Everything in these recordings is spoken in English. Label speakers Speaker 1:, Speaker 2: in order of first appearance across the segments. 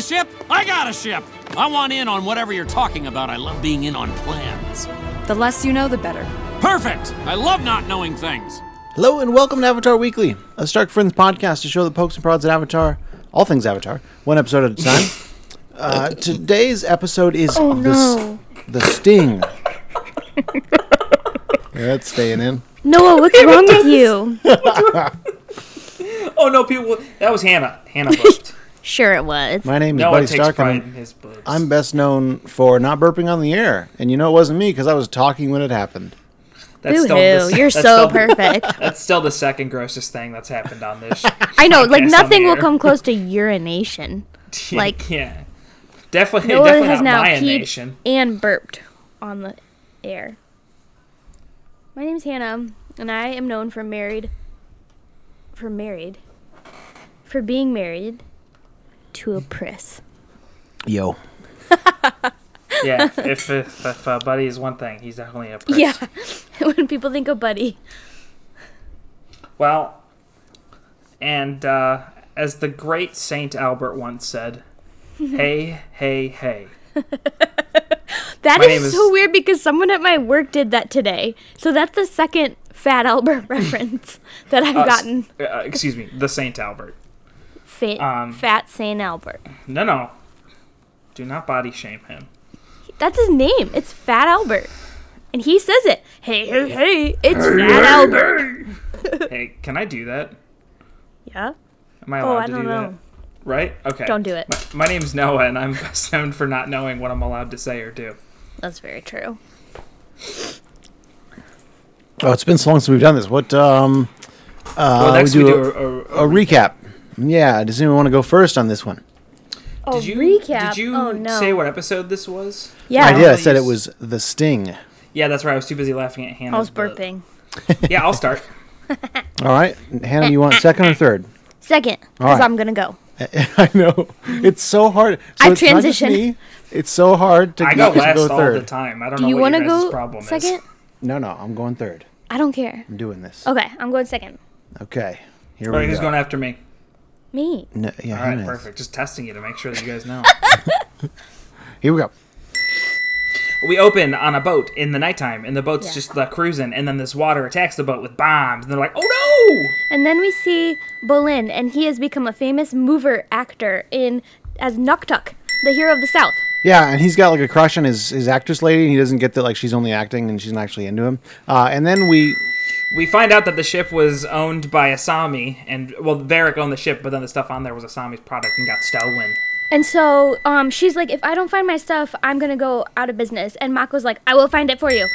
Speaker 1: ship? I got Ah, a ship! I want in on whatever you're talking about. I love being in on plans.
Speaker 2: The less you know, the better.
Speaker 1: Perfect! I love not knowing things.
Speaker 3: Hello and welcome to Avatar Weekly, a Stark Friends podcast to show the pokes and prods at Avatar, all things Avatar, one episode at a time. Uh, today's episode is the, s- the Sting.
Speaker 4: Yeah, that's staying in.
Speaker 5: Noah, what's wrong with you?
Speaker 6: Oh no, people! That was Hannah. Hannah booked.
Speaker 5: Sure, it was.
Speaker 3: My name is
Speaker 6: no one
Speaker 3: Buddy
Speaker 6: takes
Speaker 3: Stark,
Speaker 6: pride
Speaker 3: and
Speaker 6: in
Speaker 3: I'm,
Speaker 6: his books.
Speaker 3: I'm best known for not burping on the air. And you know it wasn't me because I was talking when it happened.
Speaker 6: that's
Speaker 5: Boo
Speaker 6: still
Speaker 5: hoo.
Speaker 6: the-
Speaker 5: You're
Speaker 6: that's
Speaker 5: so
Speaker 6: still the-
Speaker 5: perfect.
Speaker 6: That's still the second grossest thing that's happened on this.
Speaker 5: I know, like
Speaker 6: podcast on
Speaker 5: nothing
Speaker 6: the
Speaker 5: will
Speaker 6: air.
Speaker 5: come close to urination.
Speaker 6: show.
Speaker 5: Like-
Speaker 6: yeah, definitely,
Speaker 5: Noah
Speaker 6: definitely
Speaker 5: has
Speaker 6: not
Speaker 5: now
Speaker 6: my
Speaker 5: peed
Speaker 6: nation.
Speaker 5: and burped on the air. My name's Hannah, and I am known for married, for married, for being married to a priss.
Speaker 3: Yo.
Speaker 6: Yeah, if if, if, if uh, Buddy is one thing, he's definitely a prick.
Speaker 5: Yeah, when people think of Buddy,
Speaker 6: Well, and uh, as the great Saint Albert once said, "Hey, hey, hey."
Speaker 5: that
Speaker 6: My
Speaker 5: is
Speaker 6: name is-
Speaker 5: so weird because someone at my work did that today. So that's the second Fat Albert reference that I've
Speaker 6: Uh, s-
Speaker 5: gotten.
Speaker 6: uh, excuse me, the Saint Albert.
Speaker 5: Fit,
Speaker 6: um,
Speaker 5: Fat Saint Albert.
Speaker 6: No, no. Do not body shame him.
Speaker 5: That's his name. It's Fat Albert. And he says it. Hey, hey, hey, it's Fat Albert.
Speaker 6: Hey, can I do that?
Speaker 5: Yeah.
Speaker 6: Am I allowed
Speaker 5: Oh, I
Speaker 6: to
Speaker 5: don't
Speaker 6: do that?
Speaker 5: know.
Speaker 6: Right? Okay.
Speaker 5: Don't do it.
Speaker 6: My, my name's Noah, and I'm best known for not knowing what I'm allowed to say or do.
Speaker 5: That's very true.
Speaker 3: Oh, it's been so long since we've done this. What, um, Uh,
Speaker 6: well,
Speaker 3: we
Speaker 6: next
Speaker 3: do
Speaker 6: we
Speaker 3: a-
Speaker 6: do a, a-
Speaker 3: a recap. Yeah, does anyone want to go first on this one?
Speaker 5: Oh,
Speaker 6: did you
Speaker 5: recap.
Speaker 6: Did you
Speaker 5: oh, no.
Speaker 6: say what episode this was?
Speaker 5: Yeah.
Speaker 3: I did. I
Speaker 6: Please.
Speaker 3: said it was The Sting.
Speaker 6: Yeah, that's right. I was too busy laughing at Hannah.
Speaker 5: I was burping.
Speaker 6: yeah, I'll start.
Speaker 3: All right. Hannah, you want second or third?
Speaker 5: Second,
Speaker 3: All
Speaker 5: because
Speaker 3: right.
Speaker 5: I'm going to go.
Speaker 3: I know. It's so hard. So
Speaker 5: I
Speaker 3: it's not just
Speaker 5: transitioned.
Speaker 3: me. It's so hard to
Speaker 6: I
Speaker 3: not
Speaker 6: go
Speaker 3: to
Speaker 6: last
Speaker 3: go
Speaker 6: all
Speaker 3: third.
Speaker 6: the time. I don't
Speaker 5: Do
Speaker 6: know
Speaker 5: you
Speaker 6: what
Speaker 5: want
Speaker 6: your
Speaker 5: to
Speaker 6: guys'
Speaker 5: go
Speaker 6: problem
Speaker 5: second?
Speaker 6: is.
Speaker 3: No, no, I'm going third.
Speaker 5: I don't care.
Speaker 3: I'm doing this.
Speaker 5: Okay, I'm going second.
Speaker 3: Okay. Here
Speaker 6: All right,
Speaker 3: we
Speaker 6: who's
Speaker 3: go.
Speaker 6: going after me?
Speaker 5: Me.
Speaker 3: No, yeah,
Speaker 6: All right,
Speaker 3: Hannah is.
Speaker 6: perfect. Just testing you to make sure that you guys know.
Speaker 3: Here we go.
Speaker 6: we open on a boat in the nighttime, and the boat's
Speaker 5: Yeah.
Speaker 6: just uh, cruising, and then this water attacks the boat with bombs, and they're like, "Oh no!"
Speaker 5: And then we see Bolin, and he has become a famous mover actor in as Nuktuk, the hero of the South.
Speaker 3: Yeah, and he's got like a crush on his, his actress lady, and he doesn't get that like she's only acting and she's not actually into him. Uh, and then we
Speaker 6: We find out that the ship was owned by Asami, and well, Varric owned the ship, but then the stuff on there was Asami's product and got stolen.
Speaker 5: And so um, she's like, if I don't find my stuff, I'm going to go out of business. And Mako's like, I will find it for you.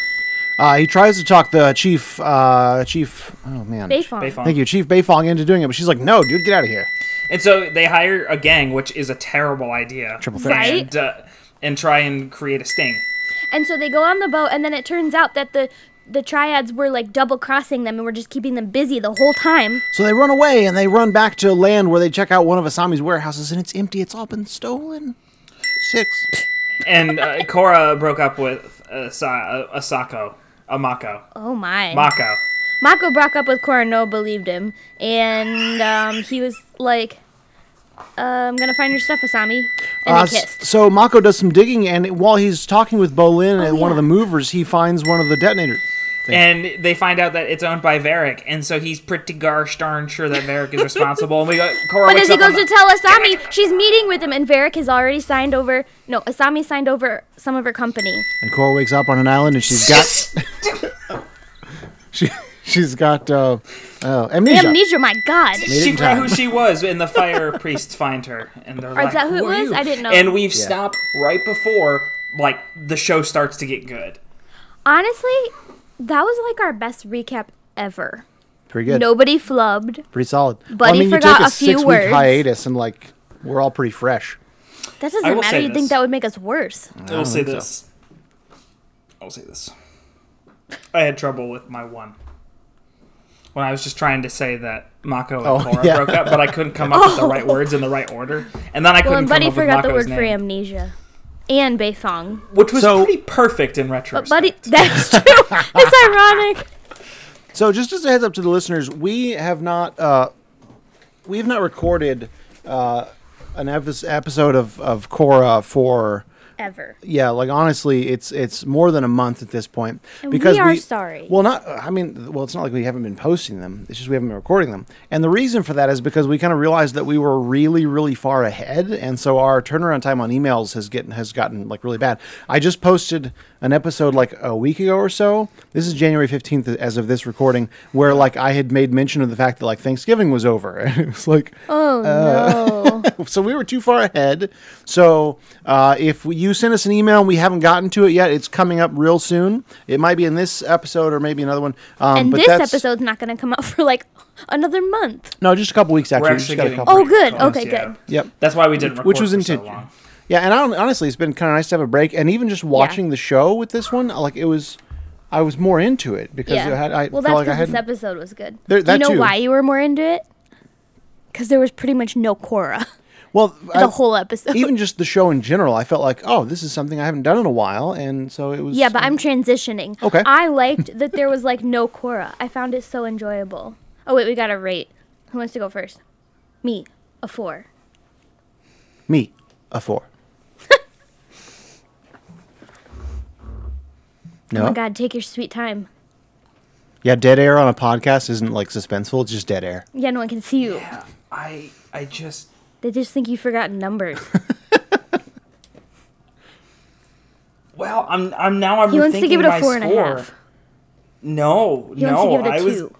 Speaker 3: uh, he tries to talk the chief uh, chief oh man
Speaker 5: Bayfong.
Speaker 6: Bayfong.
Speaker 3: thank you chief Bayfong into doing it, but she's like no dude get out of here.
Speaker 6: And so they hire a gang, which is a terrible idea,
Speaker 3: Triple
Speaker 5: threat. Right?
Speaker 6: and, uh, and try and create a sting.
Speaker 5: And so they go on the boat, and then it turns out that the the triads were like double crossing them and were just keeping them busy the whole time.
Speaker 3: So they run away and they run back to land where they check out one of Asami's warehouses and it's empty. It's all been stolen. Six.
Speaker 6: And uh, Korra broke up with uh, Sa- uh, Asako, Amako,
Speaker 5: Oh my.
Speaker 6: Mako.
Speaker 5: Mako broke up with Korra, no believed him. And um, he was like, uh, I'm gonna find your stuff, Asami. And
Speaker 3: Uh,
Speaker 5: they
Speaker 3: s-
Speaker 5: kissed. Oh,
Speaker 3: so Mako does some digging, and while he's talking with Bolin at one
Speaker 5: yeah.
Speaker 3: of the movers, he finds one of the detonators.
Speaker 6: And they find out that it's owned by Varric, and so he's pretty gosh darn sure that Varric is responsible. and we go, Korra
Speaker 5: But
Speaker 6: wakes
Speaker 5: as he
Speaker 6: up on
Speaker 5: goes to
Speaker 6: the-
Speaker 5: tell Asami, she's meeting with him, and Varric has already signed over. No, Asami signed over some of her company.
Speaker 3: And Korra wakes up on an island, and she's got she she's got uh, uh, amnesia.
Speaker 5: Amnesia, my god.
Speaker 6: she
Speaker 3: in
Speaker 6: forgot
Speaker 3: time.
Speaker 6: who she was, and the fire priest find her, and they're like,
Speaker 5: that who it
Speaker 6: are
Speaker 5: was?
Speaker 6: you?"
Speaker 5: I didn't know.
Speaker 6: And we've stopped right before like the show starts to get good.
Speaker 5: Honestly, that was like our best recap ever.
Speaker 3: Pretty good.
Speaker 5: Nobody flubbed.
Speaker 3: Pretty solid. I
Speaker 5: Buddy
Speaker 3: mean, you
Speaker 5: forgot
Speaker 3: take a,
Speaker 5: a few
Speaker 3: six week
Speaker 5: words.
Speaker 3: hiatus, and like we're all pretty fresh.
Speaker 5: That
Speaker 6: I
Speaker 5: doesn't
Speaker 6: will
Speaker 5: matter.
Speaker 6: say
Speaker 5: You'd think
Speaker 6: this.
Speaker 5: that would make us worse.
Speaker 6: I will say this. I will say this. I had trouble with my one when I was just trying to say that Mako and Korra
Speaker 3: Oh, yeah.
Speaker 6: broke up, but I couldn't come up with the right words in the right order, and then I
Speaker 5: Well,
Speaker 6: couldn't
Speaker 5: and
Speaker 6: come
Speaker 5: Buddy
Speaker 6: up with
Speaker 5: forgot the
Speaker 6: Mako's
Speaker 5: word
Speaker 6: name,
Speaker 5: for amnesia. And Beifong.
Speaker 6: which was
Speaker 3: So-
Speaker 6: pretty perfect in retrospect.
Speaker 5: Buddy, that's true. it's ironic.
Speaker 3: So just as a heads up to the listeners, we have not uh, we have not recorded uh, an epi- episode of of Korra for
Speaker 5: ever.
Speaker 3: yeah, like honestly, it's it's more than a month at this point
Speaker 5: And we are sorry.
Speaker 3: Well, not uh, I mean, well, it's not like we haven't been posting them. It's just we haven't been recording them. And the reason for that is because we kind of realized that we were really really far ahead, and so our turnaround time on emails has getting has gotten like really bad. I just posted an episode like a week ago or so. This is January 15th as of this recording where like I had made mention of the fact that like Thanksgiving was over. And it was like
Speaker 5: Oh
Speaker 6: Uh,
Speaker 5: no.
Speaker 3: so we were too far ahead. So uh, if you send us an email and we haven't gotten to it yet, it's coming up real soon. It might be in this episode or maybe another one. Um,
Speaker 5: and
Speaker 3: but
Speaker 5: this
Speaker 3: that's,
Speaker 5: episode's not going to come out for like another month.
Speaker 3: no, just a couple weeks actually.
Speaker 6: We're
Speaker 3: We
Speaker 6: actually
Speaker 3: just got a
Speaker 6: getting.
Speaker 3: couple.
Speaker 5: Oh, good.
Speaker 6: calls,
Speaker 5: Okay,
Speaker 6: yeah.
Speaker 5: good.
Speaker 3: Yep.
Speaker 6: That's why we didn't
Speaker 5: Oh.
Speaker 6: record
Speaker 3: Which was
Speaker 6: for so
Speaker 3: intentional.
Speaker 6: long.
Speaker 3: Yeah, and I don't, honestly, it's been kind of nice to have a break, and even just watching the show with this one, uh, like it was, I was more into it because
Speaker 5: Yeah.
Speaker 3: I, had, I
Speaker 5: well,
Speaker 3: felt
Speaker 5: that's
Speaker 3: like I
Speaker 5: because
Speaker 3: had.
Speaker 5: this episode was good.
Speaker 3: There-
Speaker 5: Do
Speaker 3: that
Speaker 5: you know
Speaker 3: too.
Speaker 5: why you were more into it? Because there was pretty much no Cora
Speaker 3: well,
Speaker 5: the
Speaker 3: I-
Speaker 5: whole episode.
Speaker 3: even just the show in general, I felt like, oh, this is something I haven't done in a while, and so it was.
Speaker 5: yeah, but I'm transitioning.
Speaker 3: Okay.
Speaker 5: I liked that there was like no Cora. I found it so enjoyable. Oh wait, we got to rate. Who wants to go first? Me, a four.
Speaker 3: me a four. no,
Speaker 5: Oh my God, take your sweet time.
Speaker 3: yeah, dead air on a podcast isn't like suspenseful; it's just dead air.
Speaker 5: Yeah, no one can see you.
Speaker 6: Yeah, I I just
Speaker 5: They just think you forgot numbers.
Speaker 6: well, I'm I'm now I'm
Speaker 5: He wants to
Speaker 6: rethinking
Speaker 5: give it a
Speaker 6: my
Speaker 5: four and a
Speaker 6: score.
Speaker 5: half.
Speaker 6: No,
Speaker 5: He wants
Speaker 6: no,
Speaker 5: to give it a
Speaker 6: I was
Speaker 5: two.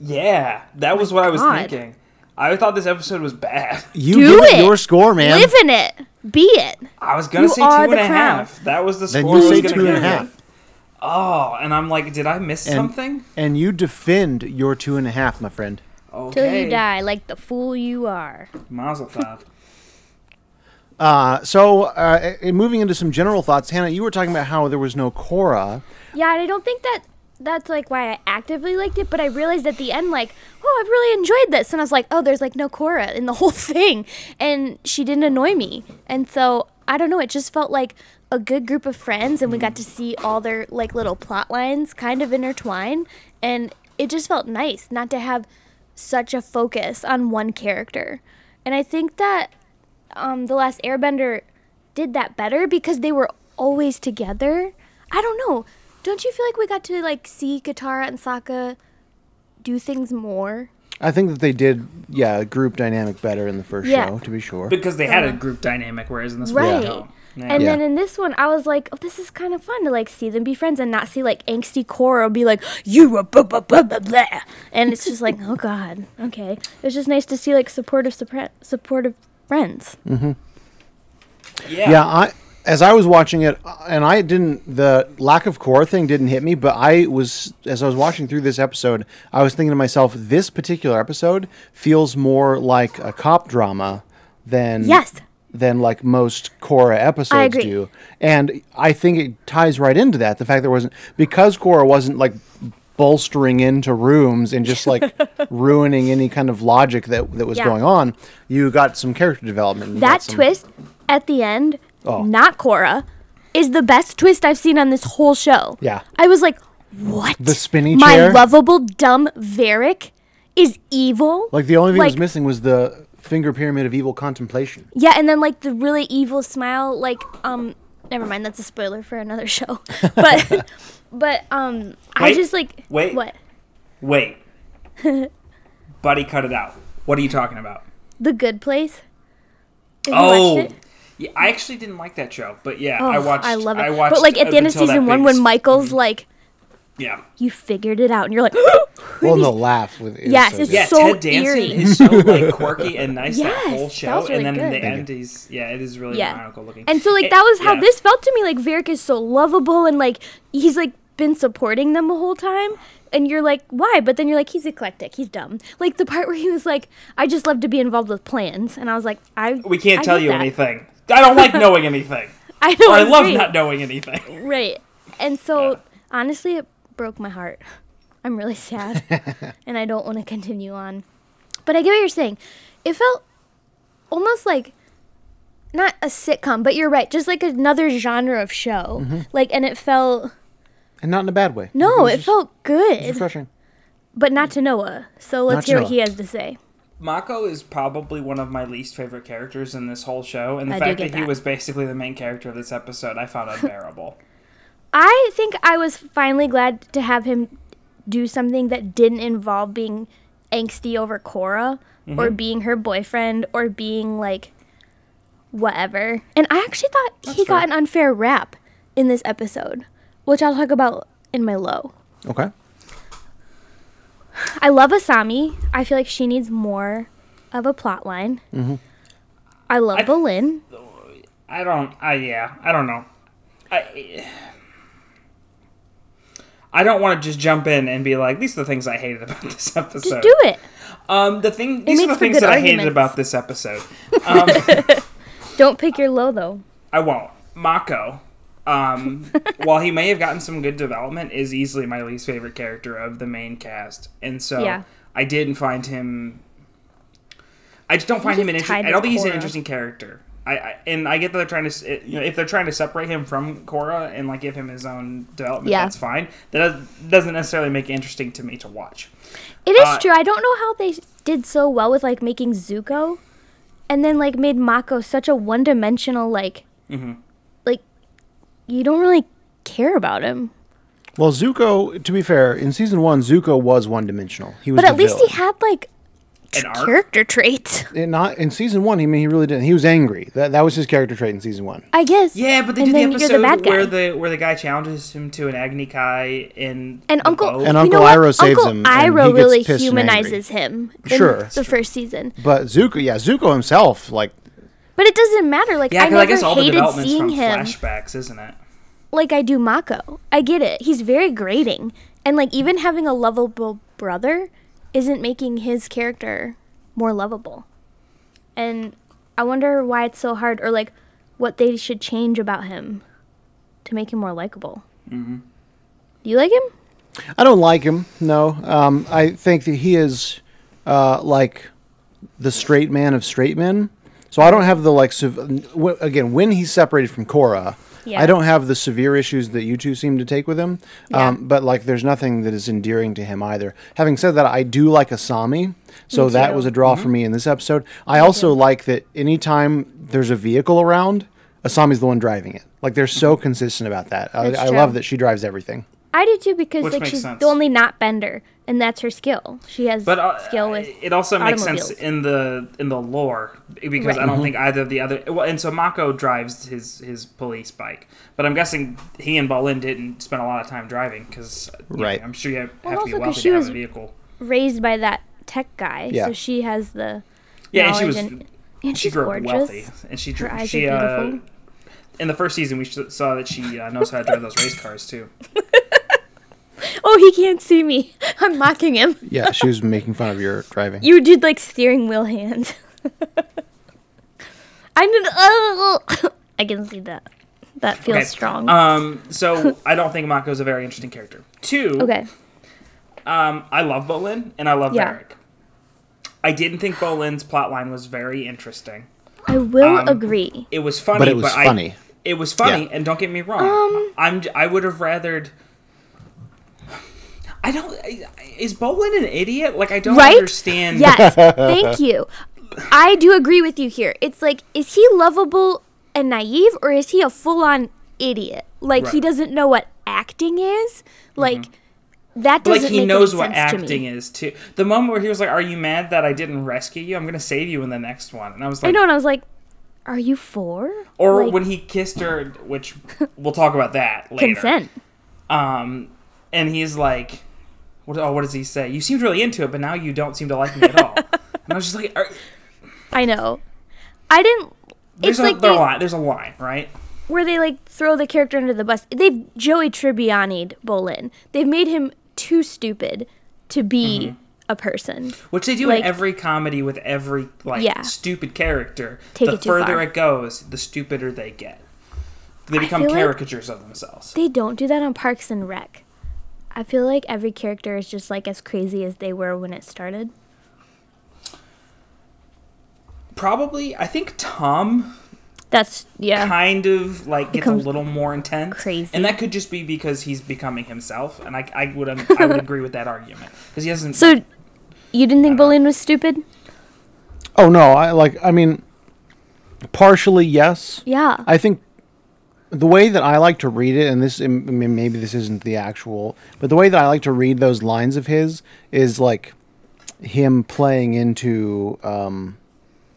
Speaker 6: yeah, that was what I was
Speaker 5: Oh God.
Speaker 6: thinking. I thought this episode was bad.
Speaker 3: You
Speaker 5: Do
Speaker 3: give it.
Speaker 5: it.
Speaker 3: your score, man.
Speaker 5: Live in it. Be it.
Speaker 6: I was gonna
Speaker 5: You
Speaker 6: say two
Speaker 5: are
Speaker 6: and a half.
Speaker 5: the crown.
Speaker 6: That was the
Speaker 3: Then
Speaker 6: score.
Speaker 3: you
Speaker 6: I was
Speaker 3: say
Speaker 6: gonna
Speaker 3: two and a
Speaker 6: give it.
Speaker 3: half,
Speaker 6: Oh, and I'm like, did I miss
Speaker 3: And-
Speaker 6: something?
Speaker 3: and you defend your two and a half, my friend.
Speaker 5: Till
Speaker 6: Okay.
Speaker 5: you die, like the fool you are.
Speaker 6: Mazel tov.
Speaker 3: Uh, so, uh, i- moving into some general thoughts, Hannah, you were talking about how there was no Cora.
Speaker 5: Yeah, and I don't think that that's like why I actively liked it, but I realized at the end, like, oh, I've really enjoyed this, and I was like, oh, there's like no Cora in the whole thing, and she didn't annoy me, and so I don't know, it just felt like a good group of friends, and we got to see all their like little plot lines kind of intertwine, and it just felt nice not to have such a focus on one character, and I think that um, the last Airbender did that better because they were always together. I don't know. Don't you feel like we got to like see Katara and Sokka do things more?
Speaker 3: I think that they did, yeah, group dynamic better in the first
Speaker 5: Yeah.
Speaker 3: show, to be sure.
Speaker 6: because they had a group dynamic, whereas in this one,
Speaker 5: Right.
Speaker 6: they don't. Yeah.
Speaker 5: And then
Speaker 3: Yeah.
Speaker 5: in this one, I was like, oh, this is kind of fun to like see them be friends and not see like angsty Korra be like, you were blah, blah, blah, blah, blah. And it's just like, oh God, okay. It was just nice to see like supportive, suppre- supportive friends.
Speaker 6: yeah,
Speaker 3: yeah, I as I was watching it, uh, and I didn't the lack of core thing didn't hit me, but I was as I was watching through this episode, I was thinking to myself, this particular episode feels more like a cop drama than
Speaker 5: Yes.
Speaker 3: than like most Cora episodes
Speaker 5: agree.
Speaker 3: do, and I think it ties right into that the fact there wasn't because Cora wasn't like bolstering into rooms and just like ruining any kind of logic that that was
Speaker 5: Yeah.
Speaker 3: going on. You got some character development. you got
Speaker 5: That
Speaker 3: some-
Speaker 5: twist at the end,
Speaker 3: Oh.
Speaker 5: not Cora, is the best twist I've seen on this whole show.
Speaker 3: Yeah.
Speaker 5: I was like, what? The
Speaker 3: spinny
Speaker 5: My
Speaker 3: chair?
Speaker 5: lovable dumb Varric is evil.
Speaker 3: Like the only thing that was
Speaker 5: Like-
Speaker 3: missing was the finger pyramid of evil contemplation.
Speaker 5: Yeah, and then like the really evil smile, like um never mind, that's a spoiler for another show. But but um I
Speaker 6: Wait,
Speaker 5: just like
Speaker 6: wait.
Speaker 5: what?
Speaker 6: Wait. Buddy, cut it out. What are you talking about?
Speaker 5: The good place? Have you watched
Speaker 6: Oh.
Speaker 5: it?
Speaker 6: Yeah, I actually didn't like that show, but yeah,
Speaker 5: Oh,
Speaker 6: I watched.
Speaker 5: I love it.
Speaker 6: I watched
Speaker 5: but like at the end of
Speaker 6: until that Mm-hmm.
Speaker 5: season one,
Speaker 6: big
Speaker 5: when
Speaker 6: s-
Speaker 5: Michael's like,
Speaker 6: yeah,
Speaker 5: "You figured it out," and you're like,
Speaker 3: Well, no laugh with it was
Speaker 5: Yes,
Speaker 3: so
Speaker 5: it's-
Speaker 3: good.
Speaker 6: yeah,
Speaker 5: so
Speaker 6: Ted Danson
Speaker 5: eerie.
Speaker 6: is so like quirky and nice
Speaker 5: Yes,
Speaker 6: that whole
Speaker 5: that
Speaker 6: show,
Speaker 5: was really
Speaker 6: and then in
Speaker 5: good.
Speaker 6: the
Speaker 5: Thank
Speaker 6: end, he's yeah, it is really
Speaker 5: yeah.
Speaker 6: maniacal looking.
Speaker 5: And so like
Speaker 6: It-
Speaker 5: that was how
Speaker 6: yeah.
Speaker 5: this felt to me. Like Varric is so lovable and like he's like been supporting them the whole time. And you're like, why? But then you're like, he's eclectic. He's dumb. Like the part where he was like, I just love to be involved with plans. And I was like, I
Speaker 6: We can't
Speaker 5: I
Speaker 6: tell
Speaker 5: get
Speaker 6: you
Speaker 5: that.
Speaker 6: anything. I don't like knowing anything.
Speaker 5: I know.
Speaker 6: Or I
Speaker 5: it's
Speaker 6: love
Speaker 5: great.
Speaker 6: not knowing anything.
Speaker 5: Right. And so
Speaker 6: Yeah.
Speaker 5: honestly, it broke my heart. I'm really sad, and I don't want to continue on. But I get what you're saying. It felt almost like not a sitcom, but you're right, just like another genre of show. Like, and it felt
Speaker 3: and not in a bad way.
Speaker 5: no,
Speaker 3: was
Speaker 5: it
Speaker 3: just
Speaker 5: felt good,
Speaker 3: refreshing.
Speaker 5: but not to Noah. So
Speaker 3: Not to
Speaker 5: let's hear
Speaker 3: Noah.
Speaker 5: what he has to say.
Speaker 6: Mako is probably one of my least favorite characters in this whole show, and the
Speaker 5: I do
Speaker 6: fact
Speaker 5: get
Speaker 6: that, he
Speaker 5: that.
Speaker 6: was basically the main character of this episode, I found unbearable.
Speaker 5: I think I was finally glad to have him do something that didn't involve being angsty over Cora or being her boyfriend or being like whatever. And I actually thought he got
Speaker 6: fair.
Speaker 5: an unfair rap in this episode, which I'll talk about in my low.
Speaker 3: Okay.
Speaker 5: I love Asami. I feel like she needs more of a plot line. I love
Speaker 6: I-
Speaker 5: Bolin.
Speaker 6: I don't. I yeah. I don't know. I. I don't want to just jump in and be like, these are the things I hated about this
Speaker 5: Just
Speaker 6: episode.
Speaker 5: do it.
Speaker 6: Um, the thing, these
Speaker 5: makes
Speaker 6: are the
Speaker 5: for
Speaker 6: things
Speaker 5: good
Speaker 6: that I hated
Speaker 5: arguments.
Speaker 6: about this episode.
Speaker 5: Don't pick your low though.
Speaker 6: I won't. Mako, um, while he may have gotten some good development, is easily my least favorite character of the main cast, and so
Speaker 5: Yeah.
Speaker 6: I didn't find him. I just don't find him an.
Speaker 5: just
Speaker 6: Inter- I
Speaker 5: tied
Speaker 6: don't
Speaker 5: with
Speaker 6: think he's an
Speaker 5: Korra.
Speaker 6: interesting character. I, I and I get that they're trying to s- it- you know if they're trying to separate him from Korra and like give him his own development,
Speaker 5: Yeah.
Speaker 6: that's fine. That does- doesn't necessarily make it interesting to me to watch.
Speaker 5: It is
Speaker 6: Uh,
Speaker 5: true. I don't know how they did so well with like making Zuko, and then like made Mako such a one-dimensional like,
Speaker 6: Mm-hmm.
Speaker 5: like you don't really care about him.
Speaker 3: Well, Zuko. To be fair, in season one, Zuko was one dimensional. He was.
Speaker 5: But
Speaker 3: the
Speaker 5: at least
Speaker 3: villain.
Speaker 5: he had like
Speaker 6: An arc.
Speaker 5: character traits.
Speaker 3: in, not in season one. He I mean, he really didn't. He was angry. That that was his character trait in season one.
Speaker 5: I guess.
Speaker 6: Yeah, but they
Speaker 5: and
Speaker 6: did the
Speaker 5: then
Speaker 6: episode
Speaker 5: you're the bad guy.
Speaker 6: where the where the guy challenges him to an Agni Kai in
Speaker 5: and
Speaker 6: the
Speaker 5: Uncle
Speaker 6: boat.
Speaker 3: And
Speaker 5: you
Speaker 3: Uncle
Speaker 5: know what?
Speaker 3: Iroh saves
Speaker 5: Uncle
Speaker 3: him, and
Speaker 5: Iroh
Speaker 3: he gets
Speaker 5: really
Speaker 3: pissed and angry.
Speaker 5: humanizes him. In
Speaker 3: Sure.
Speaker 5: the
Speaker 3: That's true.
Speaker 5: first season,
Speaker 3: But Zuko, yeah, Zuko himself, like
Speaker 5: but it doesn't matter. Like
Speaker 6: Yeah,
Speaker 5: I
Speaker 6: 'cause
Speaker 5: never
Speaker 6: I guess all the
Speaker 5: hated
Speaker 6: developments
Speaker 5: seeing
Speaker 6: from
Speaker 5: him.
Speaker 6: flashbacks, isn't it?
Speaker 5: like I do Mako. I get it. He's very grating. And like even having a lovable brother isn't making his character more lovable. And I wonder why it's so hard or like what they should change about him to make him more likable. Mm-hmm. Do you like him?
Speaker 3: I don't like him. No, um, I think that he is uh, like the straight man of straight men. So I don't have the like sev- w- again when he's separated from Cora.
Speaker 5: Yeah.
Speaker 3: I don't have the severe issues that you two seem to take with him,
Speaker 5: Yeah.
Speaker 3: um, but like there's nothing that is endearing to him either. Having said that, I do like Asami, so that
Speaker 5: too.
Speaker 3: was a draw for me in this episode. I also like that anytime there's a vehicle around, Asami's the one driving it. Like they're so consistent about that. I,
Speaker 5: Mm-hmm. That's
Speaker 3: I love
Speaker 5: true.
Speaker 3: that she drives everything.
Speaker 5: I do too because
Speaker 6: Which
Speaker 5: like
Speaker 6: makes
Speaker 5: she's
Speaker 6: sense.
Speaker 5: the only not bender and that's her skill. She has
Speaker 6: But uh,
Speaker 5: skill with
Speaker 6: it also makes sense
Speaker 5: automobiles.
Speaker 6: in the in the lore because I
Speaker 5: Right.
Speaker 6: don't think either of the other. Well, and so Mako drives his his police bike, but I'm guessing he and Balin didn't spend a lot of time driving because
Speaker 3: Right.
Speaker 6: I'm sure you have,
Speaker 5: Well,
Speaker 6: have to be
Speaker 5: also 'cause
Speaker 6: wealthy
Speaker 5: she
Speaker 6: to have
Speaker 5: was-
Speaker 6: a vehicle.
Speaker 5: raised by that tech guy.
Speaker 3: Yeah.
Speaker 5: So she has the
Speaker 6: Yeah, and she
Speaker 5: knowledge
Speaker 6: was
Speaker 5: and, and
Speaker 6: she
Speaker 5: she's
Speaker 6: grew
Speaker 5: gorgeous.
Speaker 6: up wealthy, and she dr-
Speaker 5: Her eyes
Speaker 6: she
Speaker 5: are
Speaker 6: uh,
Speaker 5: beautiful.
Speaker 6: in the first season we sh- saw that she uh, knows how to drive those race cars too.
Speaker 5: Oh, he can't see me. I'm mocking him.
Speaker 3: Yeah, she was making fun of your driving.
Speaker 5: You did like steering wheel hands. I did. Oh, I can see that. That feels
Speaker 6: Okay.
Speaker 5: strong.
Speaker 6: Um, so I don't think Mako's a very interesting character. Two,
Speaker 5: okay.
Speaker 6: Um, I love Bolin and I love
Speaker 5: Yeah.
Speaker 6: Varric. I didn't think Bolin's plotline was very interesting.
Speaker 5: I will
Speaker 6: um,
Speaker 5: agree.
Speaker 6: It was funny,
Speaker 3: But it was
Speaker 6: I-
Speaker 3: funny.
Speaker 6: it was funny,
Speaker 3: Yeah.
Speaker 6: and don't get me wrong.
Speaker 5: Um,
Speaker 6: I'm j- I would have rathered. I don't. I- Is Bolin an idiot? Like I don't
Speaker 5: Right?
Speaker 6: understand.
Speaker 5: Yes. thank you. I do agree with you here. It's like, is he lovable and naive, or is he a full on idiot? Like, he
Speaker 6: Right. Mm-hmm.
Speaker 5: doesn't know what acting is? Like, that
Speaker 6: Like
Speaker 5: doesn't
Speaker 6: he
Speaker 5: make
Speaker 6: knows
Speaker 5: any
Speaker 6: what
Speaker 5: sense to
Speaker 6: acting
Speaker 5: me.
Speaker 6: is too. The moment where he was like, "Are you mad that I didn't rescue you? I'm gonna save you in the next one," and I was like,
Speaker 5: I know, and I was like, are you four?
Speaker 6: or
Speaker 5: like-
Speaker 6: when he kissed her, which we'll talk about that later.
Speaker 5: Consent.
Speaker 6: Um, and he's like, what, oh, what does he say? You seemed really into it, but now you don't seem to like me at all. and I was just like, are,
Speaker 5: I know. I didn't.
Speaker 6: there's,
Speaker 5: It's
Speaker 6: a,
Speaker 5: like
Speaker 6: there
Speaker 5: they,
Speaker 6: a line, there's a line, right?
Speaker 5: where they like throw the character under the bus. They've Joey Tribbiani'd Bolin. They've made him too stupid to be
Speaker 3: Mm-hmm.
Speaker 5: a person.
Speaker 6: Which they do
Speaker 5: Like-
Speaker 6: in every comedy with every, like,
Speaker 5: Yeah.
Speaker 6: stupid character.
Speaker 5: Take
Speaker 6: the
Speaker 5: it too
Speaker 6: further
Speaker 5: far.
Speaker 6: it goes, the stupider they get. They become
Speaker 5: feel like-
Speaker 6: caricatures of themselves.
Speaker 5: They don't do that on Parks and Rec. I feel like every character is just like as crazy as they were when it started.
Speaker 6: Probably, I think Tom
Speaker 5: That's yeah.
Speaker 6: kind of, like, gets a
Speaker 5: Becomes
Speaker 6: little more intense.
Speaker 5: Oh. crazy.
Speaker 6: And that could just be because he's becoming himself. And I, I, would, I would agree with that argument. Because he hasn't.
Speaker 5: So you didn't think Bolin was stupid?
Speaker 3: Oh no, I like I mean partially yes.
Speaker 5: Yeah.
Speaker 3: I think the way that I like to read it, and this, I mean, maybe this isn't the actual, but the way that I like to read those lines of his is like him playing into, um,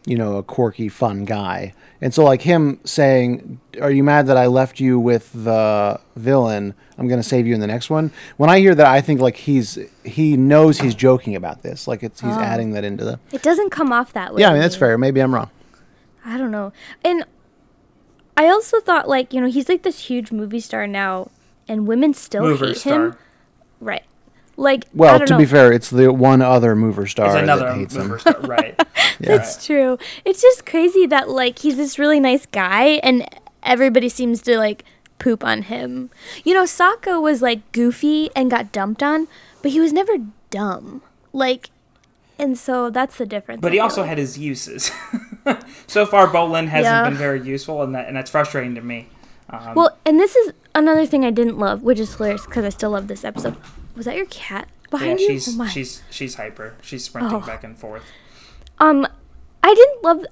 Speaker 3: you know, a quirky, fun guy. And so, like, him saying, Are you mad that I left you with the villain? I'm going to save you in the next one. When I hear that, I think, like, he's, he knows he's joking about this. Like, it's, he's adding that into the.
Speaker 5: it doesn't come off that way.
Speaker 3: Yeah, I
Speaker 5: to
Speaker 3: mean, that's
Speaker 5: me.
Speaker 3: fair. Maybe I'm wrong.
Speaker 5: I don't know. And I also thought like, you know, he's like this huge movie star now and women still
Speaker 6: Mover
Speaker 5: hate
Speaker 6: star.
Speaker 5: him. Right. Like I
Speaker 3: Well,
Speaker 5: don't
Speaker 3: to
Speaker 5: know.
Speaker 3: be fair, it's the one other mover
Speaker 6: There's
Speaker 3: star
Speaker 6: another
Speaker 3: that hates him.
Speaker 6: mover star. Right.
Speaker 5: That's true. It's just crazy that like he's this really nice guy and everybody seems to like poop on him. You know, Sokka was like goofy and got dumped on, but he was never dumb. Like and so that's the difference.
Speaker 6: But
Speaker 5: I
Speaker 6: he
Speaker 5: feel
Speaker 6: also
Speaker 5: like.
Speaker 6: had his uses. so far, Bolin hasn't
Speaker 5: Yeah.
Speaker 6: been very useful, and that and that's frustrating to me.
Speaker 5: Well, and this is another thing I didn't love, which is hilarious because I still love this episode. Was that your cat
Speaker 6: Yeah,
Speaker 5: behind you?
Speaker 6: she's
Speaker 5: Oh my. Oh.
Speaker 6: she's she's hyper. She's sprinting back and forth.
Speaker 5: Um, I didn't love.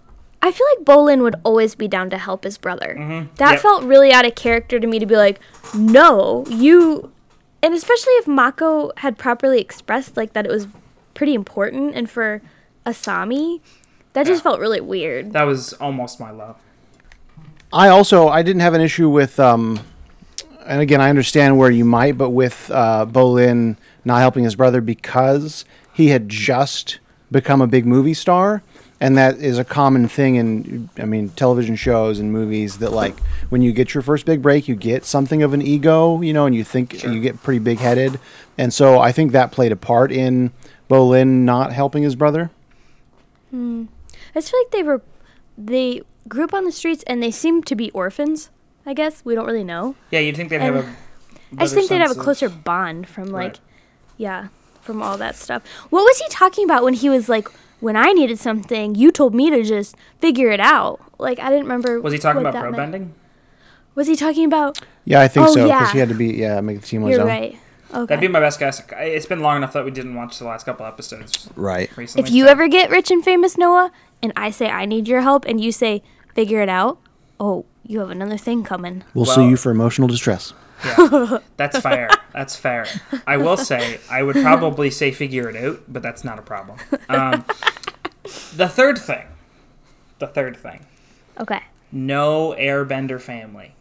Speaker 5: I feel like Bolin would always be down to help his brother. That
Speaker 6: Mm-hmm. Yep.
Speaker 5: felt really out of character to me to be like, no, you. And especially if Mako had properly expressed like that it was pretty important, and for Asami, that just felt really weird.
Speaker 6: That was almost my low.
Speaker 3: I also I didn't have an issue with um, and again I understand where you might, but with uh, Bolin not helping his brother because he had just become a big movie star, and that is a common thing in I mean television shows and movies that like when you get your first big break, you get something of an ego, you know, and you think you get pretty big headed, and so I think that played a part in Bolin not helping his brother.
Speaker 5: I just feel like they were, they grew up on the streets and they seemed to be orphans. I guess we don't really know.
Speaker 6: Yeah, you'd think they'd have a.
Speaker 5: I just
Speaker 6: better
Speaker 5: think they'd have a
Speaker 6: sense of-
Speaker 5: closer bond from like,
Speaker 6: Right.
Speaker 5: yeah, from all that stuff. What was he talking about when he was like, when I needed something, you told me to just figure it out? Like I didn't remember.
Speaker 6: Was he talking
Speaker 5: what
Speaker 6: about
Speaker 5: that
Speaker 6: pro
Speaker 5: meant.
Speaker 6: bending?
Speaker 5: Was he talking about?
Speaker 3: Yeah, I think
Speaker 5: Oh,
Speaker 3: so because
Speaker 5: yeah.
Speaker 3: he had to be yeah make the team on his own.
Speaker 5: You're right. Okay.
Speaker 6: That'd be my best guess. I- It's been long enough that we didn't watch the last couple episodes
Speaker 3: Right.
Speaker 6: recently.
Speaker 5: if you
Speaker 6: so-
Speaker 5: ever get rich and famous, Noah, and I say I need your help, and you say figure it out, oh, you have another thing coming.
Speaker 3: We'll
Speaker 6: Well-
Speaker 3: sue you for emotional distress.
Speaker 6: Yeah, that's fair. That's fair. I will say, I would probably say figure it out, but that's not a problem. Um, the third thing, the third thing,
Speaker 5: Okay.
Speaker 6: no Airbender family.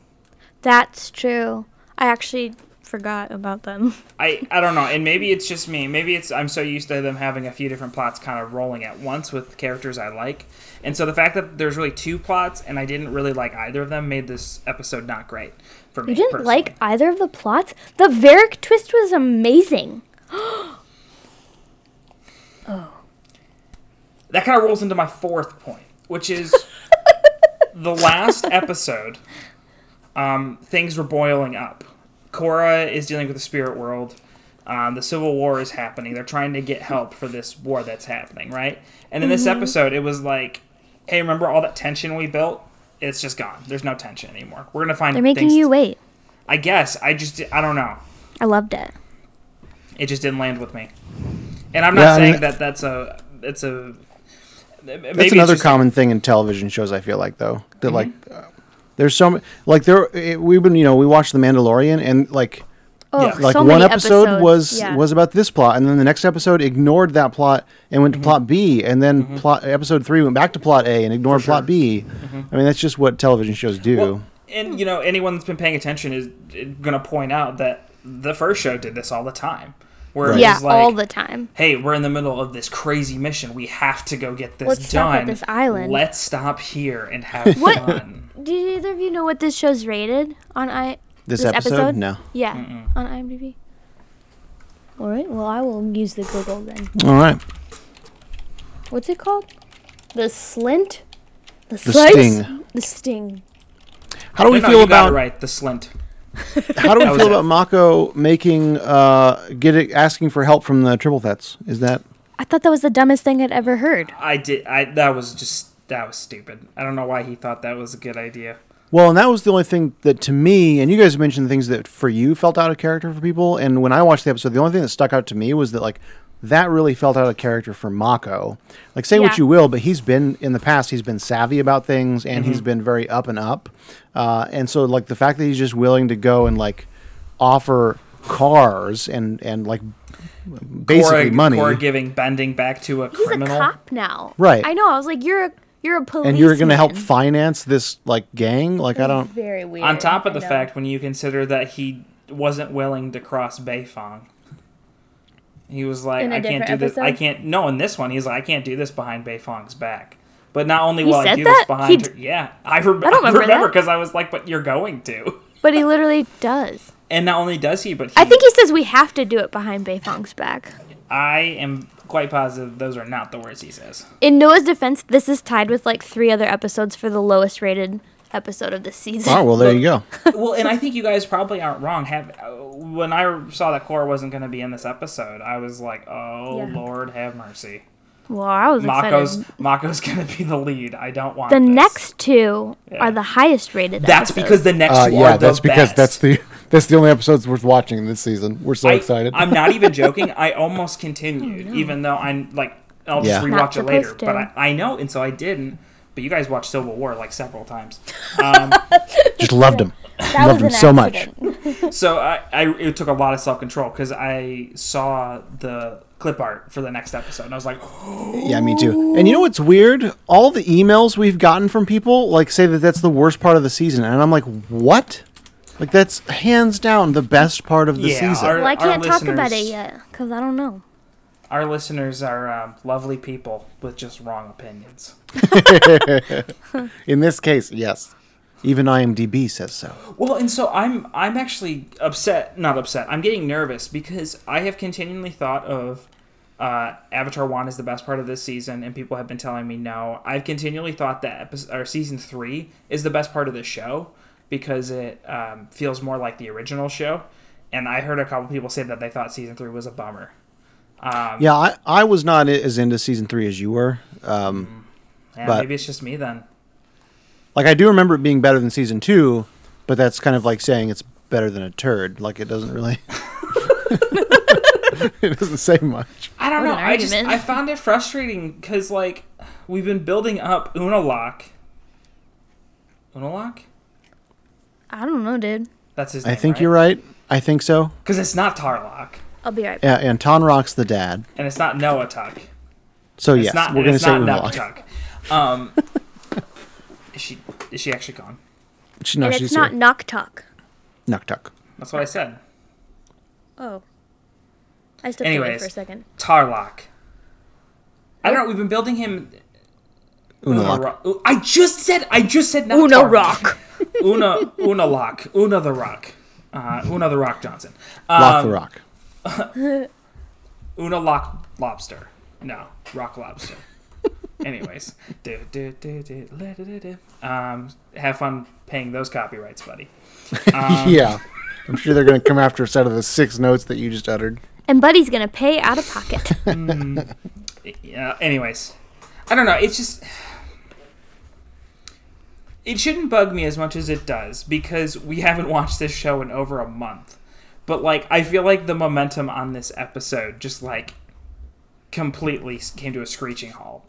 Speaker 5: That's true. I actually forgot about them.
Speaker 6: I, I don't know, and maybe it's just me. Maybe it's I'm so used to them having a few different plots kind of rolling at once with characters I like, and so the fact that there's really two plots and I didn't really like either of them made this episode not great for me.
Speaker 5: You didn't
Speaker 6: personally.
Speaker 5: like either of the plots? The Varric twist was amazing.
Speaker 6: that kind of rolls into my fourth point, which is the last episode. Um, things were boiling up. Korra is dealing with the spirit world. Um, the civil war is happening. They're trying to get help for this war that's happening, right? And in this
Speaker 5: Mm-hmm.
Speaker 6: episode, it was like, hey, remember all that tension we built? It's just gone. There's no tension anymore. We're gonna find.
Speaker 5: They're making
Speaker 6: things
Speaker 5: you wait.
Speaker 6: I guess. I just. I don't know.
Speaker 5: I loved it.
Speaker 6: It just didn't land with me. And I'm not
Speaker 3: Yeah, I
Speaker 6: saying
Speaker 3: mean-
Speaker 6: that that's a. That's a. Maybe
Speaker 3: That's
Speaker 6: it's
Speaker 3: another
Speaker 6: just-
Speaker 3: common thing in television shows. I feel like though that
Speaker 5: Mm-hmm.
Speaker 3: like uh, there's so many like there it, we've been you know we watched The Mandalorian and like
Speaker 5: Oh,
Speaker 6: Yeah.
Speaker 3: like
Speaker 5: so
Speaker 3: one
Speaker 5: many
Speaker 3: episode
Speaker 5: episodes.
Speaker 3: was
Speaker 5: Yeah.
Speaker 3: was about this plot and then the next episode ignored that plot and went to plot B and then plot episode three went back to plot A and ignored plot B. I mean that's just what television shows do.
Speaker 6: Well,
Speaker 5: Hmm.
Speaker 6: and you know, anyone that's been paying attention is going to point out that the first show did this all the time, where it
Speaker 5: yeah,
Speaker 6: was like,
Speaker 5: all the time.
Speaker 6: "Hey, we're in the middle of this crazy mission. We have to go get this
Speaker 5: Let's stop
Speaker 6: done.
Speaker 5: at this island."
Speaker 6: Let's stop here and have
Speaker 5: What-
Speaker 6: fun."
Speaker 5: Did either of you know what this show's rated on I
Speaker 3: This episode? No.
Speaker 5: Yeah, on IMDb. All right. Well, I will use the Google then.
Speaker 3: All right,
Speaker 5: What's it called? The slint. The,
Speaker 3: The
Speaker 5: slice?
Speaker 3: Sting.
Speaker 5: The sting.
Speaker 3: how do we
Speaker 6: No, no,
Speaker 3: feel
Speaker 6: you got it
Speaker 3: about
Speaker 6: right the slint.
Speaker 3: how do we
Speaker 6: was
Speaker 3: feel
Speaker 6: it.
Speaker 3: about Mako making uh get it, asking for help from the triple threats? Is that
Speaker 5: I thought that was the dumbest thing I'd ever heard.
Speaker 6: I did. I that was just that was stupid. I don't know why he thought that was a good idea.
Speaker 3: Well, and that was the only thing that to me, and you guys mentioned things that for you felt out of character for people. And when I watched the episode, the only thing that stuck out to me was that like that really felt out of character for Mako. Like, say
Speaker 5: Yeah.
Speaker 3: what you will, but he's been in the past. He's been savvy about things, and he's been very up and up. Uh, and so, like the fact that he's just willing to go and like offer cars and and like basically
Speaker 6: Cora,
Speaker 3: money.
Speaker 6: Cora giving bending back to a
Speaker 5: He's
Speaker 6: criminal.
Speaker 5: a cop now.
Speaker 3: Right.
Speaker 5: I know. I was like, you're a you're a police.
Speaker 3: and you're going to help finance this like gang? Like I don't.
Speaker 5: Very weird.
Speaker 6: On top of
Speaker 5: I
Speaker 6: the
Speaker 5: know.
Speaker 6: fact, when you consider that he wasn't willing to cross Beifong, he was like,
Speaker 5: In a
Speaker 6: "I can't
Speaker 5: different
Speaker 6: do this. I
Speaker 5: episode?
Speaker 6: can't." No, in this one, he's like, "I can't do this behind Beifong's back." But not only
Speaker 5: He
Speaker 6: will I
Speaker 5: said
Speaker 6: do
Speaker 5: that?
Speaker 6: this
Speaker 5: He
Speaker 6: behind
Speaker 5: d-
Speaker 6: her, yeah, I, rem-
Speaker 5: don't remember
Speaker 6: remember
Speaker 5: that.
Speaker 6: because I was like, "But you're going to."
Speaker 5: but he literally does.
Speaker 6: And not only does he, but he,
Speaker 5: I think he says we have to do it behind Beifong's back.
Speaker 6: I am quite positive those are not the words he says.
Speaker 5: In Noah's defense, this is tied with like three other episodes for the lowest rated episode of this season.
Speaker 3: Oh well, there you go.
Speaker 6: well, and I think you guys probably aren't wrong. Have uh, when I saw that Cora wasn't going to be in this episode, I was like, "Oh
Speaker 5: Yeah.
Speaker 6: Lord, have mercy."
Speaker 5: Well, I was excited.
Speaker 6: Mako's Mako's going to be the lead. I don't want
Speaker 5: The
Speaker 6: this.
Speaker 5: next two are the highest rated.
Speaker 6: That's
Speaker 5: episodes.
Speaker 6: because the next
Speaker 2: Uh,
Speaker 6: two
Speaker 2: yeah,
Speaker 6: are the
Speaker 2: that's because
Speaker 6: best.
Speaker 2: that's the that's the only episodes worth watching this season. We're so
Speaker 6: I,
Speaker 2: excited.
Speaker 6: I'm not even joking. I almost continued, even though I'm like, I'll just
Speaker 3: Yeah.
Speaker 5: Oh, Not
Speaker 6: rewatch it later.
Speaker 5: supposed to.
Speaker 6: But I, I know, and so I didn't. But you guys watched Civil War like several times.
Speaker 3: Just loved him.
Speaker 5: that
Speaker 3: loved him so much.
Speaker 6: So I, I it took a lot of self control because I saw the clip art for the next episode and I was like,
Speaker 3: Yeah, me too. And you know what's weird? All the emails we've gotten from people like say that that's the worst part of the season, and I'm like, what? Like that's hands down the best part of the
Speaker 6: yeah.
Speaker 3: season.
Speaker 6: Our,
Speaker 5: Well, I
Speaker 6: our
Speaker 5: can't talk about it
Speaker 6: listeners-
Speaker 5: yet because I don't know.
Speaker 6: Our listeners are um, lovely people with just wrong opinions.
Speaker 3: In this case, yes. Even IMDb says so.
Speaker 6: Well, and so I'm I'm actually upset, not upset. I'm getting nervous because I have continually thought of uh, Avatar One is the best part of this season, and people have been telling me no. I've continually thought that episode, or season three is the best part of the show because it um, feels more like the original show. And I heard a couple people say that they thought season three was a bummer.
Speaker 3: Yeah, I, I was not i- as into season three as you were. Um,
Speaker 6: And
Speaker 3: But-
Speaker 6: maybe it's just me then.
Speaker 3: like I do remember it being better than season two, but that's kind of like saying it's better than a turd. Like it doesn't really. it doesn't say much.
Speaker 6: I don't
Speaker 5: What
Speaker 6: know.
Speaker 5: an
Speaker 6: I just
Speaker 5: argument.
Speaker 6: I found it frustrating because like we've been building up Unalak. Unalak.
Speaker 5: I don't know, dude.
Speaker 6: That's his name.
Speaker 3: I think you're right. I think so.
Speaker 6: Because it's not Tarlock,
Speaker 5: I'll be right back.
Speaker 3: Yeah, and Tonrock's the dad.
Speaker 6: and it's not Noah Tuck.
Speaker 3: So
Speaker 6: It's
Speaker 3: yes,
Speaker 6: not,
Speaker 3: we're going
Speaker 6: and
Speaker 3: to
Speaker 6: it's
Speaker 3: say
Speaker 6: not
Speaker 3: Unalak.
Speaker 6: Nuck Tuck. Um, is she is she actually gone?
Speaker 3: She, no,
Speaker 5: and
Speaker 3: she's
Speaker 5: it's not
Speaker 3: not
Speaker 5: knock talk.
Speaker 3: Nuktuk.
Speaker 6: That's what I said.
Speaker 5: Oh, I stepped away
Speaker 6: Anyways.
Speaker 5: for a second.
Speaker 6: Tarlock. I don't know. We've been building him.
Speaker 3: Unalak.
Speaker 6: Unalak. I just said. I just said. Not
Speaker 5: Uno
Speaker 6: Tarlock.
Speaker 5: rock.
Speaker 6: Una Unalak. Una the Rock. Uh, Una the Rock Johnson.
Speaker 3: Lock the rock.
Speaker 6: Una lock lobster. No, rock lobster. Anyways, do, do, do, do, la, da, da, da. Um, have fun paying those copyrights, buddy. um,
Speaker 2: yeah, I'm sure they're going to come after us out of the six notes that you just uttered.
Speaker 5: And Buddy's gonna pay out of pocket.
Speaker 6: Yeah. Anyways, I don't know. It's just it shouldn't bug me as much as it does because we haven't watched this show in over a month. But like, I feel like the momentum on this episode just like completely came to a screeching halt.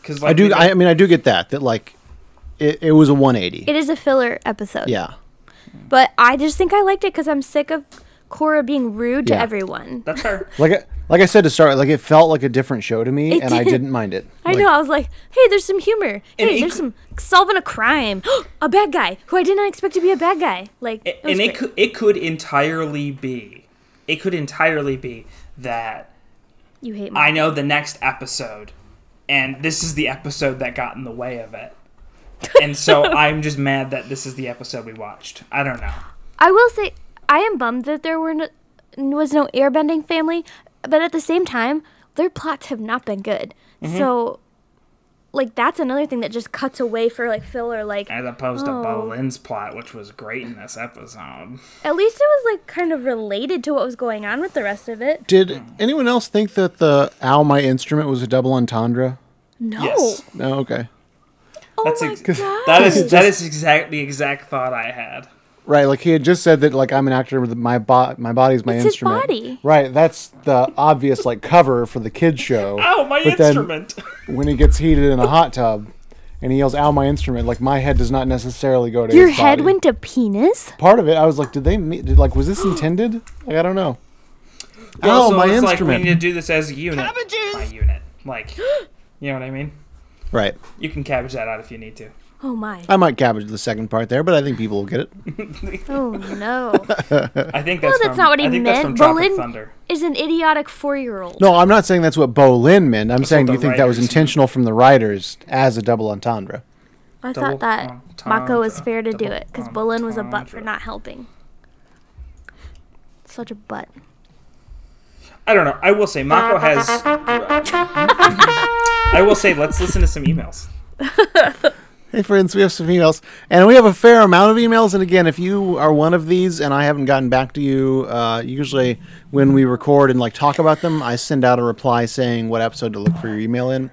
Speaker 6: Because like
Speaker 3: I do.
Speaker 6: we-
Speaker 3: I, I mean, I do get that. That like, it, it was a 180.
Speaker 5: it is a filler episode.
Speaker 3: yeah.
Speaker 5: But I just think I liked it because I'm sick of Cora being rude to
Speaker 3: Yeah.
Speaker 5: everyone.
Speaker 6: that's her.
Speaker 3: Like, I- like I said to start, like it felt like a different show to me,
Speaker 5: It
Speaker 3: and I
Speaker 5: did.
Speaker 3: didn't mind it.
Speaker 5: I
Speaker 3: Like,
Speaker 5: know. I was like, hey, there's some humor. Hey,
Speaker 6: it
Speaker 5: there's
Speaker 6: cou-
Speaker 5: some solving a crime. a bad guy who I did not expect to be a bad guy. Like, it was
Speaker 6: and it
Speaker 5: great.
Speaker 6: could, it could entirely be it could entirely be that
Speaker 5: you hate me.
Speaker 6: I know the next episode and this is the episode that got in the way of it. And so I'm just mad that this is the episode we watched. I don't know.
Speaker 5: I will say I am bummed that there were no, was no airbending family, but at the same time, their plots have not been good.
Speaker 6: Mm-hmm.
Speaker 5: So like that's another thing that just cuts away for like filler like
Speaker 6: As opposed to
Speaker 5: Oh.
Speaker 6: Bolin's plot, which was great in this episode.
Speaker 5: at least it was like kind of related to what was going on with the rest of it.
Speaker 6: Hmm.
Speaker 2: Did anyone else think that the "Ow, my instrument" was a double entendre?
Speaker 5: No.
Speaker 6: Yes.
Speaker 2: No, okay.
Speaker 5: Oh
Speaker 6: That's
Speaker 5: my
Speaker 6: ex-
Speaker 5: god.
Speaker 6: that is that is exact the exact thought I had.
Speaker 2: Right, like he had just said that, like I'm an actor with my bo- my body's my
Speaker 5: It's his
Speaker 2: instrument.
Speaker 5: body.
Speaker 2: Right, that's the obvious like cover for the kid show.
Speaker 6: Oh, my
Speaker 2: But then-
Speaker 6: instrument.
Speaker 2: when he gets heated in a hot tub and he yells ow my instrument like my head does not necessarily go to
Speaker 5: Your
Speaker 2: his
Speaker 5: head
Speaker 2: body.
Speaker 5: went to penis?
Speaker 2: part of it i was like did they meet did, like was this intended like i don't know
Speaker 6: Well,
Speaker 2: ow
Speaker 6: so
Speaker 2: my
Speaker 6: it's
Speaker 2: instrument
Speaker 6: like we need to do this as a unit. My unit. Like, you know what I mean?
Speaker 3: Right.
Speaker 6: You can cabbage that out if you need to.
Speaker 5: Oh my.
Speaker 3: I might cabbage the second part there, but I think people will get it.
Speaker 5: Oh no.
Speaker 6: I think that's,
Speaker 5: that's
Speaker 6: from,
Speaker 5: not what he
Speaker 6: I think That's from
Speaker 5: meant.
Speaker 6: Tropic
Speaker 5: Bolin-
Speaker 6: Thunder.
Speaker 5: Is an idiotic four year old.
Speaker 3: No, I'm not saying that's what Bolin meant. I'm saying do
Speaker 6: what
Speaker 3: you
Speaker 6: the
Speaker 3: think that was
Speaker 6: writers-
Speaker 3: intentional from the writers as a double entendre?
Speaker 5: I
Speaker 6: double
Speaker 5: thought that Mako was fair to do
Speaker 6: entendre,
Speaker 5: it because
Speaker 6: double
Speaker 5: Bolin was a butt for
Speaker 6: entendre.
Speaker 5: not helping. Such a butt.
Speaker 6: I don't know. I will say Mako has. I will say let's listen to some emails.
Speaker 3: Hey, friends, we have some emails, and we have a fair amount of emails. And again, if you are one of these and I haven't gotten back to you, uh, usually when we record and like talk about them, I send out a reply saying what episode to look for your email in.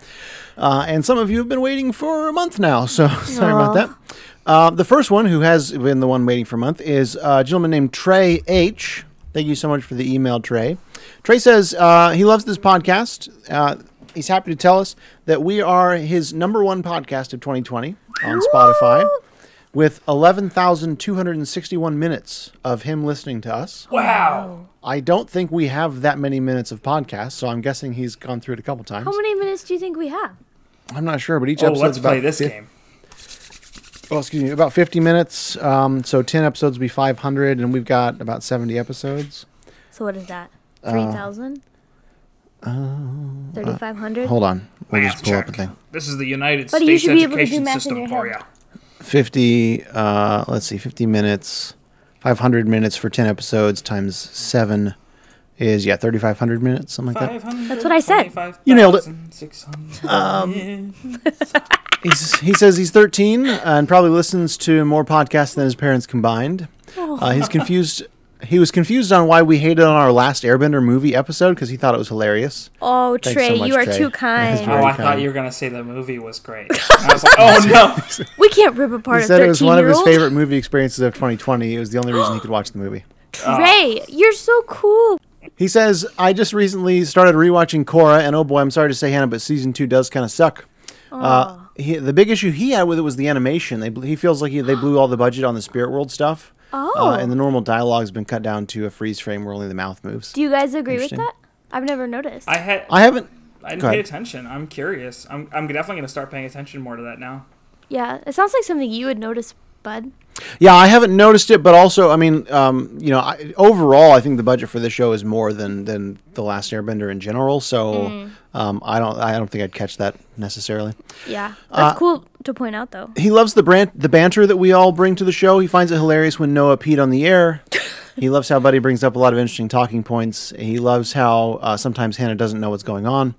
Speaker 3: Uh, and some of you have been waiting for a month now, so sorry about that. Uh, the first one, who has been the one waiting for a month, is uh, a gentleman named Trey H. Thank you so much for the email, Trey. Trey says uh, he loves this podcast. Uh, he's happy to tell us that we are his number one podcast of 2020 on Spotify with 11,261 minutes of him listening to us.
Speaker 6: Wow.
Speaker 3: I don't think we have that many minutes of podcasts, so I'm guessing he's gone through it a couple times.
Speaker 5: How many minutes do you think we have?
Speaker 3: I'm not sure, but each
Speaker 6: Oh,
Speaker 3: episode's
Speaker 6: let's
Speaker 3: about
Speaker 6: play this
Speaker 3: fif-
Speaker 6: game.
Speaker 3: Oh, excuse me, about 50 minutes. Um, so 10 episodes would be 500, and we've got about 70 episodes.
Speaker 5: So what is that?
Speaker 3: Uh,
Speaker 5: Three thousand? Thirty five hundred?
Speaker 3: Hold on, we'll
Speaker 6: Math
Speaker 3: just pull up a
Speaker 6: check.
Speaker 3: thing.
Speaker 6: This is the United
Speaker 5: But you
Speaker 6: States
Speaker 5: should be able to do
Speaker 6: education
Speaker 5: math in
Speaker 6: system
Speaker 5: your
Speaker 6: for you.
Speaker 5: head.
Speaker 3: 50 uh let's see 50 minutes 500 minutes for 10 episodes times 7 is yeah 3500 minutes something like that
Speaker 5: That's what I said.
Speaker 3: You nailed it. he's, he says he's 13 and probably listens to more podcasts than his parents combined uh, he's confused he was confused on why we hated on our last airbender movie episode because he thought it was hilarious
Speaker 5: Oh
Speaker 3: so
Speaker 5: Trey,
Speaker 3: much,
Speaker 5: you are
Speaker 3: Trey.
Speaker 5: too
Speaker 3: That is
Speaker 5: kind.
Speaker 6: Oh,
Speaker 3: Very
Speaker 6: I thought
Speaker 3: kind.
Speaker 6: you were gonna say the movie was great. I was like, oh no.
Speaker 5: We can't rip apart
Speaker 3: he
Speaker 5: a
Speaker 3: said it was
Speaker 5: thirteen
Speaker 3: one of
Speaker 5: year
Speaker 3: his
Speaker 5: old.
Speaker 3: favorite movie experiences of 2020 it was the only reason he could watch the movie
Speaker 5: Trey,
Speaker 3: Oh.
Speaker 5: you're so cool.
Speaker 3: He says, I just recently started rewatching Korra, and oh boy, I'm sorry to say, Hannah, but season two does kind of suck. Uh, he, the big issue he had with it was the animation. They, bl- he feels like he, they blew all the budget on the Spirit World stuff.
Speaker 5: Oh.
Speaker 3: Uh, and the normal dialogue's been cut down to a freeze frame where only the mouth moves.
Speaker 5: Do you guys agree with
Speaker 3: Interesting.
Speaker 5: that? I've never noticed.
Speaker 6: I had
Speaker 3: I haven't.
Speaker 6: I didn't
Speaker 3: go
Speaker 6: pay
Speaker 3: ahead.
Speaker 6: attention. I'm curious. I'm I'm definitely gonna start paying attention more to that now.
Speaker 5: yeah, it sounds like something you would notice, bud.
Speaker 3: Yeah, I haven't noticed it, but also, I mean, um, you know, I, overall, I think the budget for this show is more than than the Last Airbender in general. So, um, I don't, I don't think I'd catch that necessarily.
Speaker 5: Yeah.
Speaker 3: Uh,
Speaker 5: That's cool to point out though.
Speaker 3: He loves the brand, the banter that we all bring to the show. He finds it hilarious when Noah peed on the air. he loves how Buddy brings up a lot of interesting talking points. He loves how uh, sometimes Hannah doesn't know what's going on.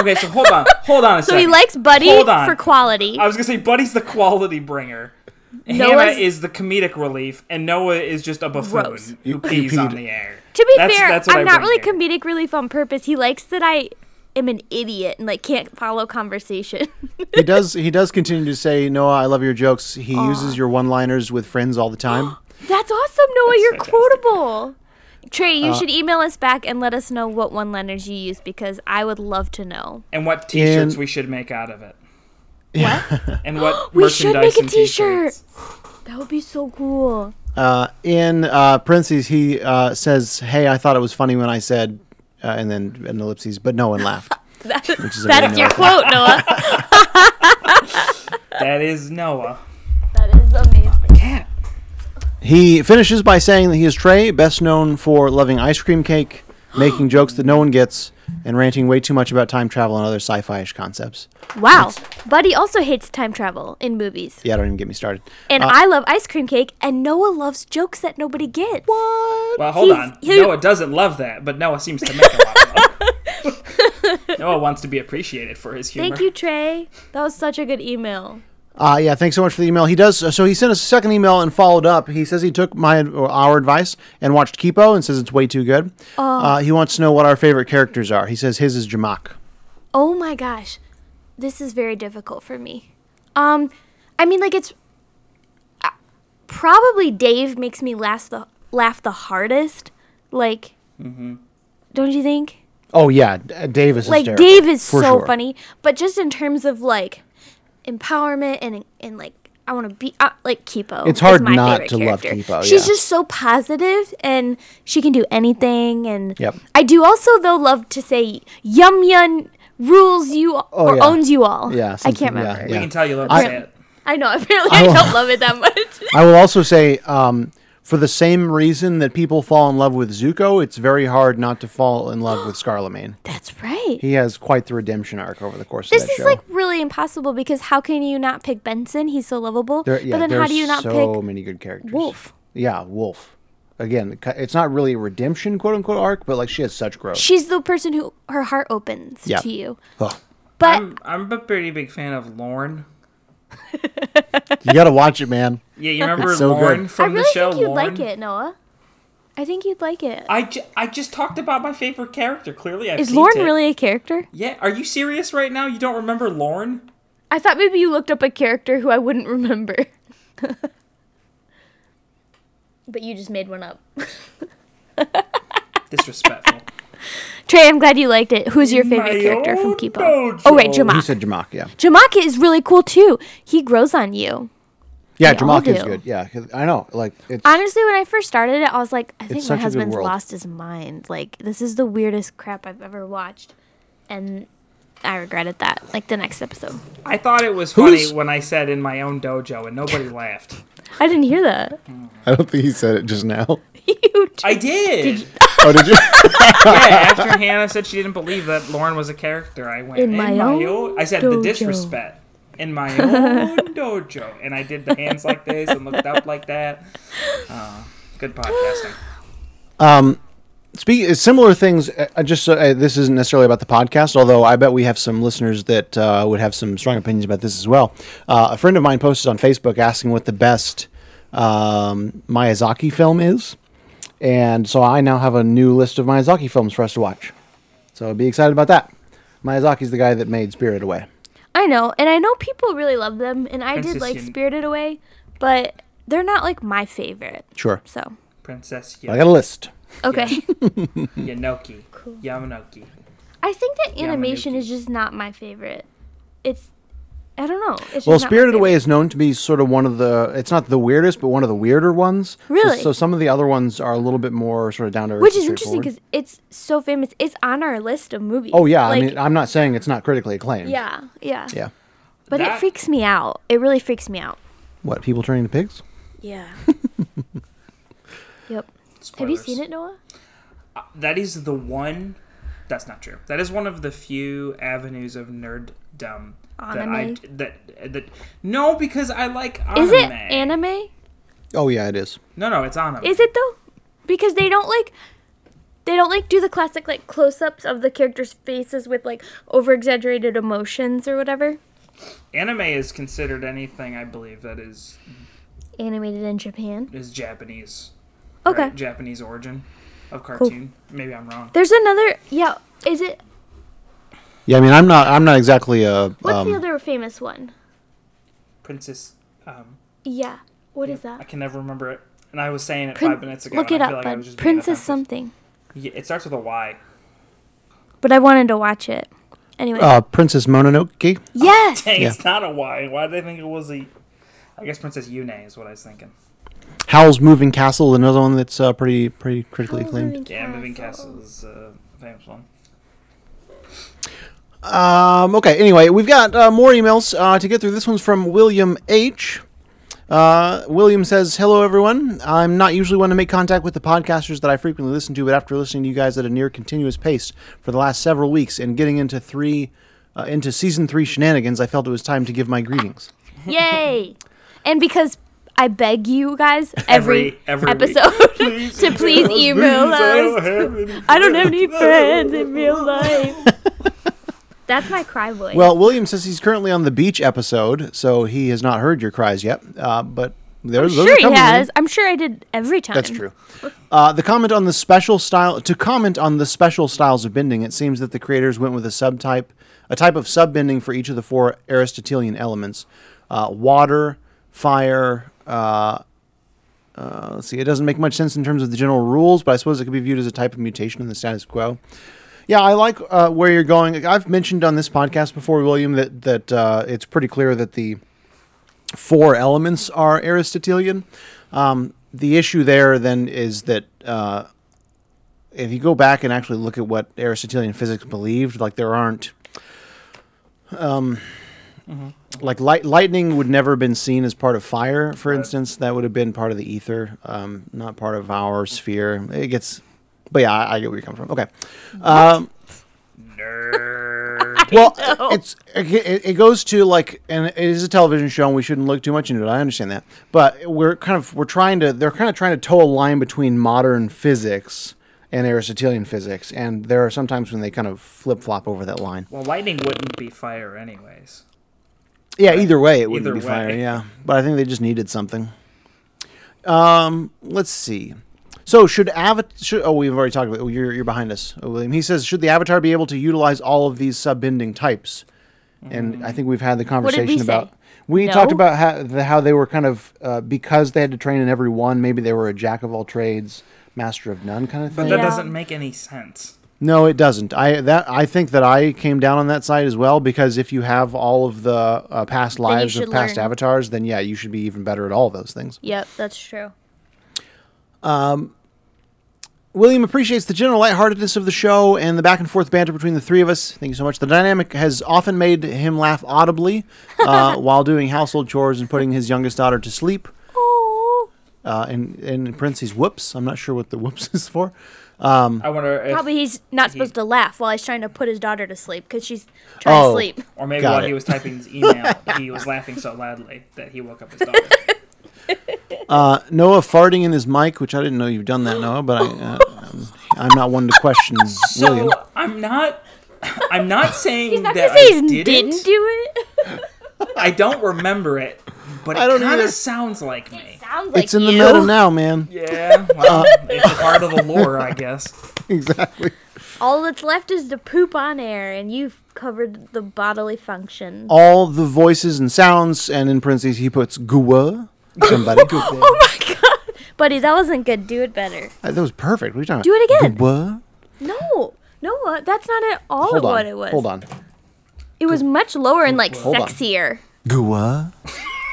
Speaker 6: Okay, so hold on, hold on a
Speaker 5: So
Speaker 6: second.
Speaker 5: he likes Buddy
Speaker 6: Hold on.
Speaker 5: for quality.
Speaker 6: I was gonna say Buddy's the quality bringer.
Speaker 5: Noah's-
Speaker 6: Hannah is the comedic relief, and Noah is just a buffoon
Speaker 5: Gross.
Speaker 6: who pees on the air.
Speaker 5: To be
Speaker 6: That's-
Speaker 5: fair,
Speaker 6: that's what I
Speaker 5: I'm not really
Speaker 6: bring here.
Speaker 5: comedic relief on purpose. He likes that I am an idiot and like can't follow conversation.
Speaker 3: He does. he does continue to say, "Noah, I love your jokes." He uses your one-liners with friends all the time.
Speaker 5: That's awesome, Noah. You're
Speaker 6: fantastic. Uh,
Speaker 5: quotable. Trey, you should email us back and let us know what one-liners you use because I would love to know.
Speaker 6: And what T-shirts
Speaker 3: And-
Speaker 6: we should make out of it.
Speaker 3: Yeah.
Speaker 6: And what
Speaker 5: We should
Speaker 6: merchandise
Speaker 5: make a
Speaker 6: and t-shirts.
Speaker 5: That would be so cool.
Speaker 3: Uh, in uh, parentheses, he uh, says, "Hey, I thought it was funny when I said," uh, and then an ellipses, but no one laughed.
Speaker 5: That-
Speaker 3: is a
Speaker 5: that's
Speaker 3: really
Speaker 5: your
Speaker 3: nice-
Speaker 5: quote, Noah.
Speaker 6: That is Noah.
Speaker 5: that is amazing.
Speaker 6: Cat.
Speaker 3: He finishes by saying that he is Trey, best known for loving ice cream cake, making jokes that no one gets, and ranting way too much about time travel and other sci-fi-ish concepts.
Speaker 5: Wow. Buddy also hates time travel in movies.
Speaker 3: Yeah, don't even get me started. Uh,
Speaker 5: And
Speaker 6: Uh,
Speaker 5: I love ice cream cake, and Noah loves jokes that nobody gets.
Speaker 6: Well, hold
Speaker 5: He's-
Speaker 6: on.
Speaker 5: he-
Speaker 6: Noah doesn't love that, but Noah seems to make a lot of love. Noah wants to be appreciated for his humor.
Speaker 5: Thank you, Trey. That was such a good email.
Speaker 3: Uh, yeah, thanks so much for the email. He does uh, so. He sent us a second email and followed up. He says he took my or our advice and watched Kipo and says it's way too good. Uh, he wants to know what our favorite characters are. He says his is Jamak.
Speaker 5: Oh my gosh. This is very difficult for me. Um I mean like it's I- probably Dave makes me laugh the laugh the hardest. Like, don't you think?
Speaker 3: Oh yeah, D- Davis is
Speaker 5: like
Speaker 3: hysterical,
Speaker 5: Dave is so
Speaker 3: for sure.
Speaker 5: funny, but just in terms of like empowerment and and like I want to be uh, like Kipo.
Speaker 3: It's
Speaker 5: is
Speaker 3: hard
Speaker 5: my
Speaker 3: not
Speaker 5: favorite
Speaker 3: to love
Speaker 5: character.
Speaker 3: Kipo,
Speaker 5: She's
Speaker 3: yeah.
Speaker 5: just so positive and she can do anything. And
Speaker 3: Yep.
Speaker 5: I do also though love to say Yum Yum rules you or
Speaker 3: Oh, yeah.
Speaker 5: owns you all.
Speaker 3: Yeah,
Speaker 5: I
Speaker 3: something-
Speaker 5: can't
Speaker 3: yeah, Oh.
Speaker 5: remember.
Speaker 6: We
Speaker 3: yeah.
Speaker 6: can tell you love
Speaker 3: I-
Speaker 6: to say it.
Speaker 5: I know. Apparently, I don't love it that much.
Speaker 3: I will also say, um, for the same reason that people fall in love with Zuko, it's very hard not to fall in love with Scarlemagne.
Speaker 5: That's right.
Speaker 3: He has quite the redemption arc over the course of
Speaker 5: This
Speaker 3: that
Speaker 5: is
Speaker 3: show.
Speaker 5: like really impossible because how can you not pick Benson? He's so lovable.
Speaker 3: There- yeah,
Speaker 5: but then how
Speaker 3: there's
Speaker 5: do you not
Speaker 3: so
Speaker 5: pick
Speaker 3: many good characters?
Speaker 5: Wolf?
Speaker 3: Yeah, Wolf. Again, c- it's not really a redemption quote unquote arc, but like she has such growth.
Speaker 5: She's the person who her heart opens
Speaker 3: Yeah.
Speaker 5: to you.
Speaker 3: Ugh.
Speaker 5: But
Speaker 6: I'm, I'm a pretty big fan of Lorne.
Speaker 3: you gotta watch it, man.
Speaker 6: Yeah, you remember
Speaker 3: so good.
Speaker 6: Lorne
Speaker 5: I
Speaker 6: from
Speaker 5: really
Speaker 6: the show?
Speaker 5: think you'd
Speaker 6: Lorne?
Speaker 5: like it, Noah. I think you'd like it.
Speaker 6: I, ju- I just talked about my favorite character. Clearly, I've
Speaker 5: Is
Speaker 6: seen
Speaker 5: Lauren
Speaker 6: it.
Speaker 5: really a character?
Speaker 6: Yeah, are you serious right now? You don't remember Lorne?
Speaker 5: I thought maybe you looked up a character who I wouldn't remember. but you just made one up.
Speaker 6: Disrespectful.
Speaker 5: Trey, I'm glad you liked it. Who's your favorite
Speaker 6: My
Speaker 5: character from
Speaker 6: own
Speaker 5: Kipo? Oh, wait,
Speaker 6: dojo.
Speaker 5: Jamak.
Speaker 3: He said Jamak, yeah.
Speaker 5: Jamak is really cool too. He grows on you.
Speaker 3: Yeah,
Speaker 5: They all
Speaker 3: Jamak is
Speaker 5: do.
Speaker 3: good. Yeah, 'cause- I know. Like, it's
Speaker 5: Honestly, when I first started it, I was like, I think
Speaker 3: such a
Speaker 5: my
Speaker 3: good
Speaker 5: husband's
Speaker 3: world.
Speaker 5: lost his mind. Like, this is the weirdest crap I've ever watched. And I regretted that. Like, the next episode.
Speaker 6: I thought it was funny
Speaker 3: Who's-
Speaker 6: when I said in my own dojo and nobody laughed.
Speaker 5: I didn't hear that.
Speaker 3: I don't think he said it just now.
Speaker 5: You
Speaker 6: I did.
Speaker 3: Oh, did you?
Speaker 6: yeah, after Hannah said she didn't believe that Lauren was a character, I went
Speaker 5: In my own
Speaker 6: I said the
Speaker 5: dojo."
Speaker 6: disrespect in my own dojo, and I did the hands like this and looked up like that. Uh, good podcasting.
Speaker 3: Speaking similar things, uh, uh, just so, uh, this isn't necessarily about the podcast, although I bet we have some listeners that uh, would have some strong opinions about this as well. Uh, a friend of mine posted on Facebook asking what the best um, Miyazaki film is, and so I now have a new list of Miyazaki films for us to watch. So be excited about that. Miyazaki's the guy that made Spirit Away.
Speaker 5: I know, and I know people really love them, and I did
Speaker 6: Princess
Speaker 5: like
Speaker 6: Yun-
Speaker 5: Spirited Away, but they're not like my favorite.
Speaker 3: Sure,
Speaker 5: So
Speaker 6: Princess
Speaker 3: I got a
Speaker 6: Yan-
Speaker 3: list.
Speaker 5: okay,
Speaker 6: Yanoki. Yamanoki.
Speaker 5: I think that animation
Speaker 6: Yamanuki.
Speaker 5: is just not my favorite. It's I don't know. It's just
Speaker 3: Well,
Speaker 5: not my
Speaker 3: Spirited Away
Speaker 5: favorite.
Speaker 3: is known to be sort of one of the. It's not the weirdest, but one of the weirder ones. So-
Speaker 5: Really?
Speaker 3: So, some of the other ones are a little bit more sort of down to earth.
Speaker 5: which
Speaker 3: and
Speaker 5: is interesting
Speaker 3: straightforward.
Speaker 5: because it's so famous. It's on our list of movies.
Speaker 3: Oh yeah,
Speaker 5: Like,
Speaker 3: I mean, I'm not saying it's not critically acclaimed.
Speaker 5: yeah, yeah,
Speaker 3: Yeah.
Speaker 5: But it
Speaker 6: That-
Speaker 5: freaks me out. It really freaks me out.
Speaker 3: What people turning into pigs?
Speaker 5: Yeah. yep. Have you seen it, Noah?
Speaker 6: That is the one. That's not true. That is one of the few avenues of nerddom that I
Speaker 5: Anime?
Speaker 6: that that no because I like anime.
Speaker 5: Is it anime?
Speaker 3: Oh yeah, it is.
Speaker 6: No, no, it's anime.
Speaker 5: Is it though? Because they don't like they don't like do the classic like close-ups of the characters' faces with like over-exaggerated emotions or whatever.
Speaker 6: Anime is considered anything I believe that is
Speaker 5: Animated in Japan.
Speaker 6: is Japanese.
Speaker 5: Okay.
Speaker 6: right? Japanese origin of cartoon. Maybe I'm wrong.
Speaker 5: There's another yeah, is it
Speaker 3: Yeah, I mean, I'm not. I'm not exactly a.
Speaker 5: what's
Speaker 3: um,
Speaker 5: the other famous one?
Speaker 6: Princess. Um,
Speaker 5: Yeah. what is
Speaker 6: I
Speaker 5: that?
Speaker 6: can never remember it. And I was saying it
Speaker 5: Prin-
Speaker 6: five minutes ago.
Speaker 5: Look it
Speaker 6: and I
Speaker 5: up,
Speaker 6: feel like I
Speaker 5: bud.
Speaker 6: was just being
Speaker 5: Princess
Speaker 6: offensive.
Speaker 5: something.
Speaker 6: Yeah, it starts with a Y.
Speaker 5: But I wanted to watch it. Anyway.
Speaker 3: uh, Princess Mononoke.
Speaker 5: yes.
Speaker 6: Dang,
Speaker 3: Yeah.
Speaker 6: it's not a Y. Why did I think it was a? I guess Princess Yune is what I was thinking.
Speaker 3: Howl's Moving Castle, another one that's uh, pretty pretty
Speaker 5: Oh,
Speaker 3: critically acclaimed.
Speaker 6: Yeah, Moving Castle is uh, a famous one.
Speaker 3: Um, okay. Anyway, we've got uh, more emails uh, to get through. This one's from William H. Uh, William says, Hello, everyone. I'm not usually one to make contact with the podcasters that I frequently listen to, but after listening to you guys at a near continuous pace for the last several weeks and getting into three. Uh, into season three shenanigans, I felt it was time to give my greetings.
Speaker 5: Yay. and because I beg you guys every,
Speaker 6: Every- every week.
Speaker 5: episode to please email us. I don't have any friends in real life. That's my cry voice.
Speaker 3: Well, William says he's currently on the beach episode, so he has not heard your cries yet. Uh, but there's
Speaker 5: sure he has. I'm sure I did every time.
Speaker 3: That's true. Uh, the comment on the special style to comment on the special styles of bending, it seems that the creators went with a subtype, a type of sub bending for each of the four Aristotelian elements: uh, water, fire, uh, Uh, let's see. It doesn't make much sense in terms of the general rules, but I suppose it could be viewed as a type of mutation in the status quo. Yeah, I like uh, where you're going. I've mentioned on this podcast before, William, that that uh, it's pretty clear that the four elements are Aristotelian. Um, the issue there then is that uh, if you go back and actually look at what Aristotelian physics believed, like there aren't. um, Like light, lightning would never have been seen as part of fire, for instance. That would have been part of the ether, um, not part of our sphere. It gets, but yeah, I, I get where you come from. Okay,
Speaker 6: Nerd.
Speaker 3: well, it's it, it goes to like, and it is a television show, and we shouldn't look too much into it. I understand that, but we're kind of we're trying to they're kind of trying to toe a line between modern physics and Aristotelian physics, and there are sometimes when they kind of flip flop over that line.
Speaker 6: well, lightning wouldn't be fire anyways.
Speaker 3: Yeah, either way, it wouldn't
Speaker 6: Either
Speaker 3: be fire.
Speaker 6: way.
Speaker 3: Yeah, but I think they just needed something. Um, let's see. So should avatar? Should, oh, we've already talked about. Oh, you're you're behind us, oh, William. He says, should the avatar be able to utilize all of these sub-bending types? And
Speaker 6: Mm.
Speaker 3: I think we've had the
Speaker 5: did we
Speaker 3: conversation
Speaker 5: say?
Speaker 3: about. We talked
Speaker 5: No?
Speaker 3: about how, the, how they were kind of uh, because they had to train in every one. Maybe they were a jack of all trades, master of none kind of thing.
Speaker 6: But that
Speaker 5: Yeah.
Speaker 6: doesn't make any sense.
Speaker 3: No, it doesn't. I that I think that I came down on that side as well because if you have all of the uh, past lives of
Speaker 5: should
Speaker 3: past
Speaker 5: learn.
Speaker 3: avatars, then yeah, you should be even better at all those things.
Speaker 5: Yep, that's true.
Speaker 3: William appreciates the general lightheartedness of the show and the back and forth banter between the three of us. Thank you so much. The dynamic has often made him laugh audibly uh, while doing household chores and putting his youngest daughter to sleep.
Speaker 5: Oh,
Speaker 3: Uh, and, and in parentheses, whoops. I'm not sure what the whoops is for.
Speaker 6: I wonder if,
Speaker 5: probably he's not supposed to laugh while he's trying to put his daughter to sleep because she's trying
Speaker 3: Oh.
Speaker 5: to sleep.
Speaker 6: or maybe
Speaker 3: Got
Speaker 6: while
Speaker 3: it.
Speaker 6: he was typing his email, he was laughing so loudly that he woke up his daughter.
Speaker 3: Noah farting in his mic, which I didn't know you've done that, Noah, but I, uh, I'm- I'm not one to question
Speaker 6: So
Speaker 3: William.
Speaker 6: I'm not. I'm not saying
Speaker 5: He's not
Speaker 6: that
Speaker 5: gonna say
Speaker 6: I
Speaker 5: he
Speaker 6: didn't.
Speaker 5: didn't, do it.
Speaker 6: I don't remember it, but it
Speaker 3: I don't
Speaker 6: kind
Speaker 3: either.
Speaker 6: of sounds like me.
Speaker 5: Sounds
Speaker 3: It's in the middle now, man.
Speaker 6: Yeah,
Speaker 3: Uh.
Speaker 6: well, it's a part of the lore, I guess.
Speaker 3: Exactly.
Speaker 5: All that's left is the poop on air, and you've covered the bodily function.
Speaker 3: All the voices and sounds, and in parentheses, he puts gua. Somebody.
Speaker 5: Oh my god, buddy, that wasn't good. Do it better.
Speaker 3: that was perfect. What are you talking
Speaker 5: Do it
Speaker 3: about?
Speaker 5: again.
Speaker 3: Gua.
Speaker 5: No, no, uh, that's not at all
Speaker 3: Hold on.
Speaker 5: what it was.
Speaker 3: Hold on.
Speaker 5: It was much lower and like
Speaker 3: Hold on.
Speaker 5: sexier.
Speaker 3: Gua.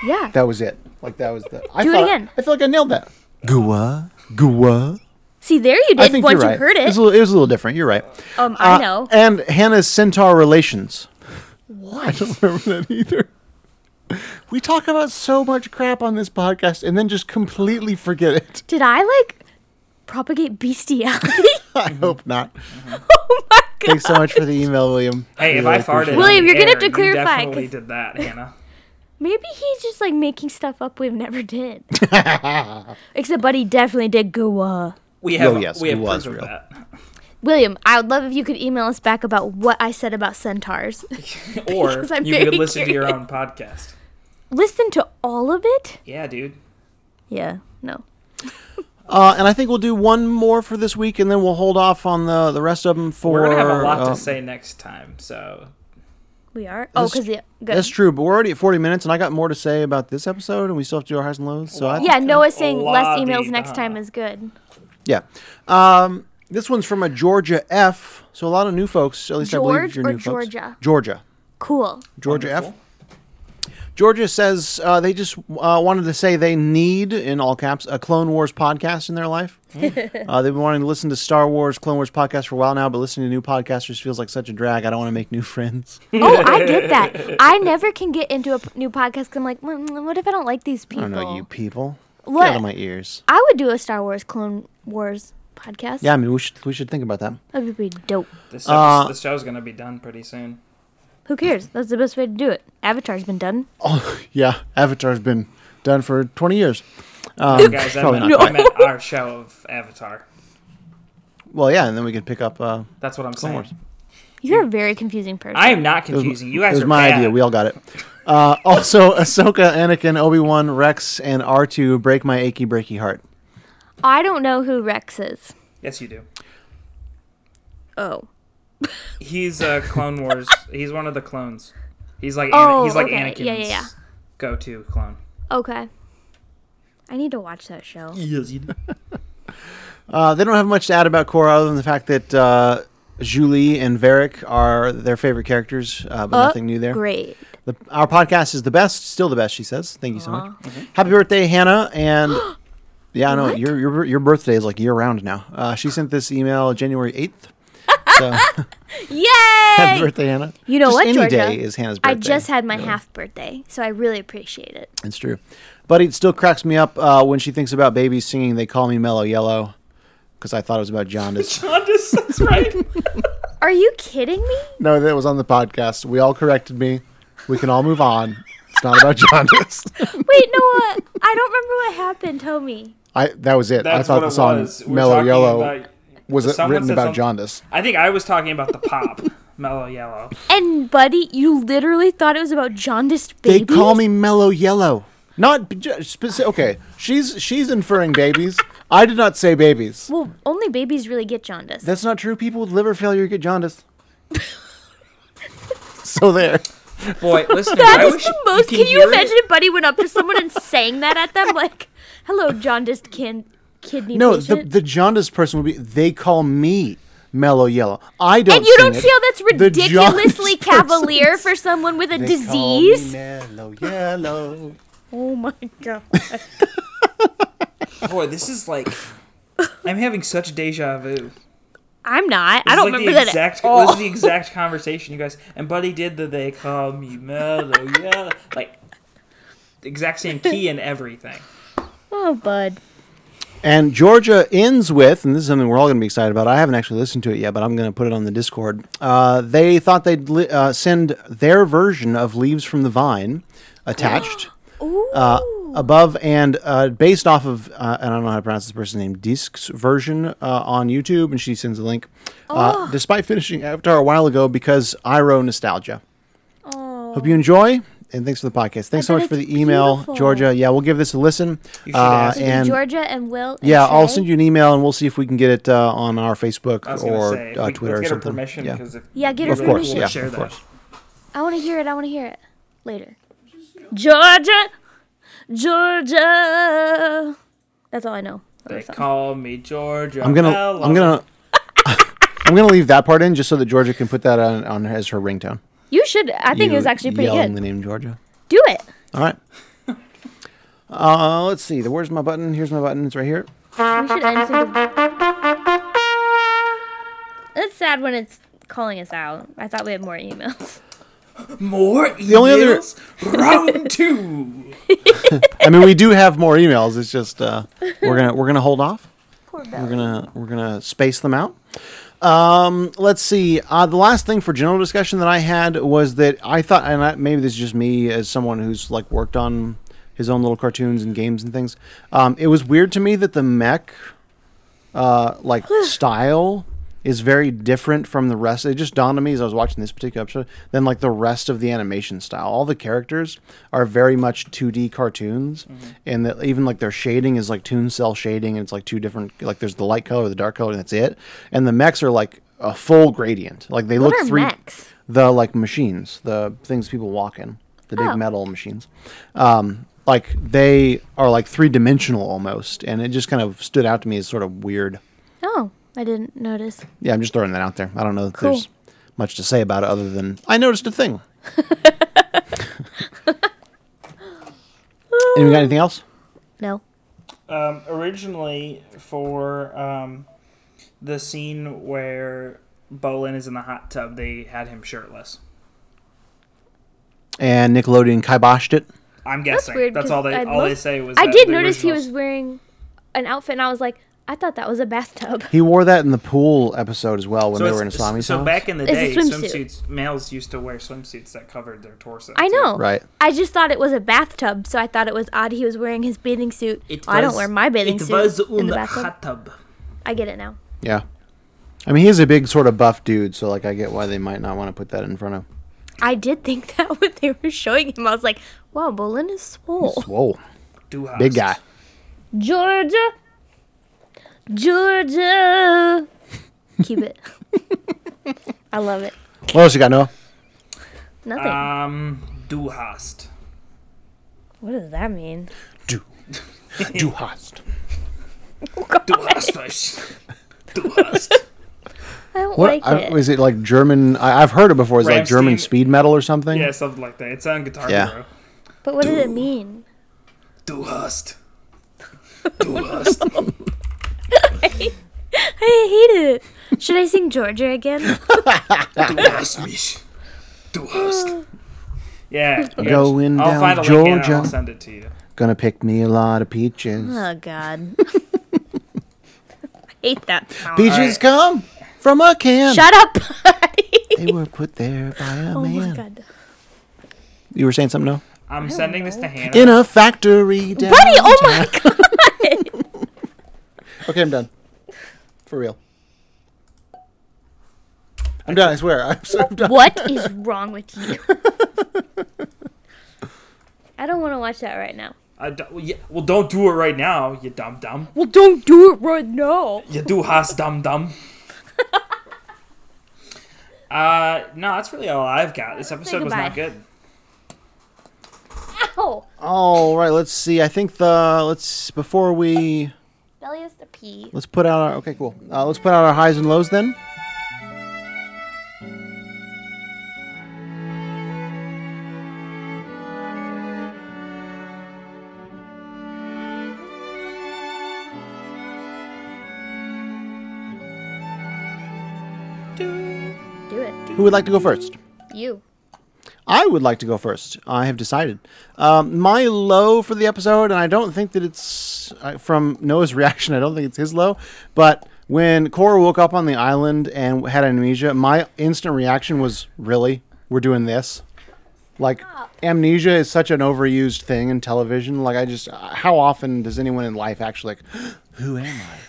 Speaker 5: Yeah.
Speaker 3: That was it. Like that was the. I
Speaker 5: Do it
Speaker 3: thought,
Speaker 5: again.
Speaker 3: I feel like I nailed that. Gua. Gua.
Speaker 5: See, there you
Speaker 3: I
Speaker 5: did
Speaker 3: think
Speaker 5: once
Speaker 3: you're
Speaker 5: you
Speaker 3: right.
Speaker 5: heard
Speaker 3: It was
Speaker 5: it.
Speaker 3: a little, it was a little different. You're right.
Speaker 5: um, I
Speaker 3: Uh,
Speaker 5: know.
Speaker 3: And Hannah's centaur relations.
Speaker 5: What?
Speaker 3: remember that either. We talk about so much crap on this podcast and then just completely forget it.
Speaker 5: Did I like propagate bestiality?
Speaker 3: I hope not. Oh my god! Thanks so much for the email, William. Uh,
Speaker 6: Hey, if
Speaker 3: Really
Speaker 6: I farted,
Speaker 3: appreciate
Speaker 5: William,
Speaker 6: on
Speaker 5: you're gonna
Speaker 6: air,
Speaker 5: have to
Speaker 6: you
Speaker 5: clarify,
Speaker 6: Definitely
Speaker 5: 'cause-
Speaker 6: did that, Hannah.
Speaker 5: Maybe he's just like making stuff up we've never did. Except Buddy definitely did Goa.
Speaker 6: We have.
Speaker 3: Oh, yes,
Speaker 6: we
Speaker 3: it
Speaker 6: have proof
Speaker 3: was
Speaker 6: of
Speaker 3: real.
Speaker 6: that.
Speaker 5: William, I would love if you could email us back about what I said about centaurs.
Speaker 6: Or
Speaker 5: Because I'm
Speaker 6: you could
Speaker 5: very
Speaker 6: listen to your own podcast.
Speaker 5: Listen to all of it?
Speaker 6: Yeah, dude.
Speaker 5: Yeah, no.
Speaker 3: Uh, and I think we'll do one more for this week, and then we'll hold off on the the rest of them for.
Speaker 6: We're gonna have a lot
Speaker 3: uh,
Speaker 6: to say next time. So
Speaker 5: We are? Oh, because the. Good.
Speaker 3: That's true, but we're already at forty minutes, and I got more to say about this episode, and we still have to do our highs and lows. So I,
Speaker 5: Yeah, Noah saying less
Speaker 6: La-di-da.
Speaker 5: emails next time is good.
Speaker 3: yeah. Um, this one's from a Georgia F. So a lot of new folks. At least I believe
Speaker 5: George
Speaker 3: you're
Speaker 5: or
Speaker 3: new folks.
Speaker 5: Georgia?
Speaker 3: Georgia.
Speaker 5: Cool.
Speaker 3: Georgia F.
Speaker 6: Wonderful.
Speaker 3: Georgia says uh, they just uh, wanted to say they need, in all caps, a Clone Wars podcast in their life. uh, they've been wanting to listen to Star Wars, Clone Wars podcast for a while now, but listening to new podcasters feels like such a drag. I don't want to make new friends.
Speaker 5: Oh, I get that. I never can get into a p- new podcast 'cause I'm like, "Mm, what if I don't like these
Speaker 3: I
Speaker 5: people?
Speaker 3: don't know, you people.
Speaker 5: What?
Speaker 3: Get out of my ears.
Speaker 5: I would do a Star Wars Clone Wars podcast.
Speaker 3: Yeah, I mean, we should we should think about that.
Speaker 5: That would be dope.
Speaker 6: This
Speaker 3: Uh,
Speaker 6: this show's gonna be done pretty soon.
Speaker 5: Who cares? That's the best way to do it. Avatar's been done.
Speaker 3: Yeah, Avatar's been done for 20 years.
Speaker 6: You Um, guys, I
Speaker 3: probably
Speaker 6: meant,
Speaker 3: not
Speaker 6: I meant our show of Avatar.
Speaker 3: Well, yeah, and then we could pick up. Uh,
Speaker 6: That's what I'm saying.
Speaker 3: Wars.
Speaker 5: You're a very confusing person.
Speaker 6: I am not confusing. You
Speaker 3: it
Speaker 6: guys
Speaker 3: was
Speaker 6: are
Speaker 3: my
Speaker 6: bad.
Speaker 3: idea. We all got it. Uh, also, Ahsoka, Anakin, Obi Wan, Rex, and R2 break my achy, breaky heart.
Speaker 5: I don't know who Rex is.
Speaker 6: yes, you do.
Speaker 5: Oh.
Speaker 6: He's a Clone Wars. he's one of the clones. He's like Ana-
Speaker 5: Oh,
Speaker 6: he's like
Speaker 5: okay.
Speaker 6: Anakin's
Speaker 5: Yeah, yeah, yeah.
Speaker 6: go-to clone.
Speaker 5: Okay. I need to watch that show.
Speaker 6: Yes, you do.
Speaker 3: Uh, they don't have much to add about Korra other than the fact that uh, Julie and Varric are their favorite characters, uh, but nothing new there.
Speaker 5: Oh, Great.
Speaker 3: The, our podcast is the best, still the best, she says. Thank you so much. Happy birthday, Hannah. And yeah, I know
Speaker 5: What?
Speaker 3: your, your your birthday is like year round now. Uh, she sent this email January 8th. So
Speaker 5: Yay!
Speaker 3: happy birthday, Hannah.
Speaker 5: You know
Speaker 3: Just
Speaker 5: what,
Speaker 3: any
Speaker 5: Georgia?
Speaker 3: day is Hannah's birthday.
Speaker 5: I just had my half birthday, so I really appreciate it.
Speaker 3: It's true. But it still cracks me up uh, when she thinks about babies singing They Call Me Mellow Yellow because I thought it was about jaundice.
Speaker 6: Jaundice, that's right.
Speaker 5: Are you kidding me?
Speaker 3: no, that was on the podcast. We all corrected me. We can all move on. It's not about jaundice.
Speaker 5: Wait, no, uh, I don't remember what happened. Tell me.
Speaker 3: I that was it. I
Speaker 6: That's
Speaker 3: thought
Speaker 6: what
Speaker 3: the
Speaker 6: it
Speaker 3: song
Speaker 6: was. We were
Speaker 3: Mellow
Speaker 6: talking
Speaker 3: Yellow
Speaker 6: about-
Speaker 3: was
Speaker 6: someone
Speaker 3: written
Speaker 6: said
Speaker 3: about
Speaker 6: some-
Speaker 3: jaundice.
Speaker 6: I think I was talking about the pop, Mellow Yellow.
Speaker 5: And buddy, you literally thought it was about jaundiced
Speaker 3: They
Speaker 5: babies.
Speaker 3: call me Mellow Yellow. Not specific. Okay, she's she's inferring babies. I did not say babies.
Speaker 5: Well, only babies really get jaundice.
Speaker 3: That's not true. People with liver failure get jaundice. so there.
Speaker 6: Boy, listen,
Speaker 5: That
Speaker 6: I
Speaker 5: is
Speaker 6: wish
Speaker 5: the most. Can,
Speaker 6: hear
Speaker 5: you
Speaker 6: it.
Speaker 5: imagine if Buddy went up to someone and sang that at them like, "Hello, jaundiced kin- kidney
Speaker 3: No, the,
Speaker 5: patient."
Speaker 3: the jaundice person would be. They call me Mellow Yellow. I don't.
Speaker 5: and you
Speaker 3: sing
Speaker 5: don't
Speaker 3: it.
Speaker 5: see how that's
Speaker 3: The jaundiced
Speaker 5: ridiculously
Speaker 3: person-
Speaker 5: cavalier for someone with
Speaker 3: They
Speaker 5: a
Speaker 3: call me
Speaker 5: disease?
Speaker 3: Mellow Yellow.
Speaker 5: Oh my god!
Speaker 6: Boy, this is like. I'm having such deja vu. This
Speaker 5: I'm not. I
Speaker 6: is
Speaker 5: don't
Speaker 6: like
Speaker 5: remember
Speaker 6: the
Speaker 5: that.
Speaker 6: exact,
Speaker 5: at all.
Speaker 6: This is the exact conversation, you guys. And Buddy did the "They Call Me Mellow Yellow," like the exact same key and everything.
Speaker 5: Oh, bud.
Speaker 3: And Georgia ends with, and this is something we're all going to be excited about. I haven't actually listened to it yet, but I'm going to put it on the Discord. Uh, they thought they'd li- uh, send their version of "Leaves from the Vine" attached uh, above and uh, based off of, uh, and I don't know how to pronounce this person's name, Disc's version uh, on YouTube, and she sends a link. Uh, despite finishing Avatar a while ago, because Iro nostalgia. Hope you enjoy. And thanks for the podcast. Thanks so
Speaker 5: bet
Speaker 3: much for
Speaker 5: it's
Speaker 3: the email,
Speaker 5: beautiful.
Speaker 3: Georgia. Yeah, we'll give this a listen.
Speaker 6: You should
Speaker 3: Uh,
Speaker 6: ask.
Speaker 3: and
Speaker 5: Georgia and Will. And
Speaker 3: yeah, I'll
Speaker 5: Trey.
Speaker 3: send you an email and we'll see if we can get it uh, on our Facebook
Speaker 6: I was gonna
Speaker 3: or
Speaker 6: say, if
Speaker 3: uh,
Speaker 6: we,
Speaker 3: Twitter
Speaker 6: let's
Speaker 3: or
Speaker 6: get her
Speaker 3: something.
Speaker 6: permission.
Speaker 3: yeah.
Speaker 6: 'cause if
Speaker 5: Yeah, get her
Speaker 6: it's really
Speaker 3: permission.
Speaker 6: cool to
Speaker 3: Yeah,
Speaker 6: share
Speaker 3: of
Speaker 6: that.
Speaker 3: course.
Speaker 5: I want to hear it. I want to hear it later. Georgia, Georgia. That's all I know.
Speaker 6: They call me Georgia.
Speaker 3: I'm gonna,
Speaker 6: Mellow.
Speaker 3: I'm gonna, I'm gonna leave that part in just so that Georgia can put that on, on as her ringtone.
Speaker 5: You should. I think it was actually pretty
Speaker 3: yelling the
Speaker 5: good.
Speaker 3: name Georgia.
Speaker 5: Do it.
Speaker 3: All right. Uh, let's see. The where's my button? Here's my button. It's right here.
Speaker 5: We should end with. It's sad when it's calling us out. I thought we had more emails.
Speaker 6: More emails.
Speaker 3: only other-
Speaker 6: round two.
Speaker 3: I mean, we do have more emails. It's just uh, we're gonna we're gonna hold off. We're gonna we're gonna space them out. Um, let's see. Uh, the last thing for general discussion that I had was that I thought, and I, maybe this is just me as someone who's like worked on his own little cartoons and games and things. Um, it was weird to me that the mech, uh, like style is very different from the rest. It just dawned on me as I was watching this particular episode than like the rest of the animation style. All the characters are very much 2D cartoons,
Speaker 5: Mm-hmm.
Speaker 3: and that even like their shading is like tune cell shading, and it's like two different like there's the light color, the dark color, and that's it. And the mechs are like a full gradient. Like they
Speaker 5: What
Speaker 3: look
Speaker 5: are
Speaker 3: three
Speaker 5: mechs?
Speaker 3: the like machines, the things people walk in, the big
Speaker 5: Oh.
Speaker 3: metal machines. Um, like they are like three dimensional almost, and it just kind of stood out to me as sort of weird.
Speaker 5: Oh, I didn't notice.
Speaker 3: Yeah, I'm just throwing that out there. I don't know if
Speaker 5: Cool.
Speaker 3: there's much to say about it other than I noticed a thing. Anyone got anything else?
Speaker 5: No.
Speaker 6: um, originally for um, the scene where Bolin is in the hot tub, they had him shirtless.
Speaker 3: And Nickelodeon kiboshed it.
Speaker 6: I'm
Speaker 5: That's
Speaker 6: guessing that's,
Speaker 5: weird. 'cause
Speaker 6: all they
Speaker 5: I
Speaker 6: all they
Speaker 5: most-
Speaker 6: say was.
Speaker 5: I
Speaker 6: that
Speaker 5: did
Speaker 6: the
Speaker 5: notice he was
Speaker 6: originals-
Speaker 5: wearing an outfit, and I was like, I thought that was a bathtub.
Speaker 3: He wore that in the pool episode as well when they were in
Speaker 6: it's-
Speaker 3: Asami.
Speaker 6: So
Speaker 3: songs.
Speaker 6: back in the
Speaker 5: It's a
Speaker 6: day,
Speaker 5: swimsuit.
Speaker 6: swimsuits males used to wear swimsuits that covered their torso.
Speaker 5: I
Speaker 6: too.
Speaker 5: know.
Speaker 3: Right.
Speaker 5: I just thought it was a bathtub, so I thought it was odd he was wearing his bathing suit.
Speaker 6: It
Speaker 5: I don't
Speaker 6: was-
Speaker 5: wear my bathing
Speaker 6: it
Speaker 5: suit
Speaker 6: was
Speaker 5: in
Speaker 6: un
Speaker 5: the bathtub.
Speaker 6: hot tub.
Speaker 5: I get it now.
Speaker 3: Yeah. I mean, he's a big sort of buff dude, so like I get why they might not want to put that in front of
Speaker 5: I did think that when they were showing him, I was like, wow, Bolin is swole.
Speaker 3: Swole.
Speaker 6: Do
Speaker 3: Big guy.
Speaker 5: Georgia. Georgia. Keep it. I love it.
Speaker 3: What else you got, Noah?
Speaker 5: Nothing.
Speaker 6: Uh, Um, du hast.
Speaker 5: what does that mean?
Speaker 3: Do. Du hast.
Speaker 6: Du hast was. Du hast.
Speaker 5: I don't
Speaker 2: What
Speaker 5: like
Speaker 2: I-
Speaker 5: it.
Speaker 2: is it like German? I, I've heard it before. It's like German
Speaker 6: Rammstein.
Speaker 2: speed metal or something.
Speaker 6: Yeah, something like that. It's on Guitar
Speaker 3: Yeah.
Speaker 6: Hero.
Speaker 5: but what does it mean?
Speaker 6: Du hast. Du hast.
Speaker 5: I hated it. Should I sing Georgia again? Oh
Speaker 6: Du hast mich. Du hast. Yeah. yeah.
Speaker 3: Going
Speaker 6: I'll
Speaker 3: down
Speaker 6: find a link and
Speaker 3: Georgia.
Speaker 6: I'll send it to you.
Speaker 3: Gonna pick me a lot of peaches.
Speaker 5: Oh God. I hate that song.
Speaker 3: Peaches
Speaker 6: right.
Speaker 3: come from a can.
Speaker 5: Shut up.
Speaker 3: they were put there by a
Speaker 5: oh
Speaker 3: man.
Speaker 5: my God.
Speaker 3: You were saying something, no?
Speaker 6: I'm sending this to Hannah.
Speaker 3: In a factory down.
Speaker 5: Buddy, oh my God.
Speaker 3: Okay, I'm done. For real. I'm done. I swear. I'm, so, I'm done.
Speaker 5: What is wrong with you? I don't want to watch that right now.
Speaker 6: I don't- well, yeah, well, don't do it right now, you dumb dumb.
Speaker 5: Well, don't do it right now.
Speaker 6: You do hast dumb dumb. Uh, no, that's really all I've got. This episode was not
Speaker 5: goodbye.
Speaker 6: good.
Speaker 5: Ow.
Speaker 3: All right. Let's see. I think the let's before we
Speaker 5: Belly is the pee.
Speaker 3: let's put out our okay cool. Uh, let's put out our highs and lows then.
Speaker 5: Do it.
Speaker 3: Who would like to go first?
Speaker 5: You.
Speaker 3: I would like to go first. I have decided. Um, my low for the episode, and I don't think that it's uh, from Noah's reaction. I don't think it's his low, but when Cora woke up on the island and had amnesia, my instant reaction was, "Really? We're doing this?" Like amnesia is such an overused thing in television. Like I just, uh, how often does anyone in life actually like, "Who am I?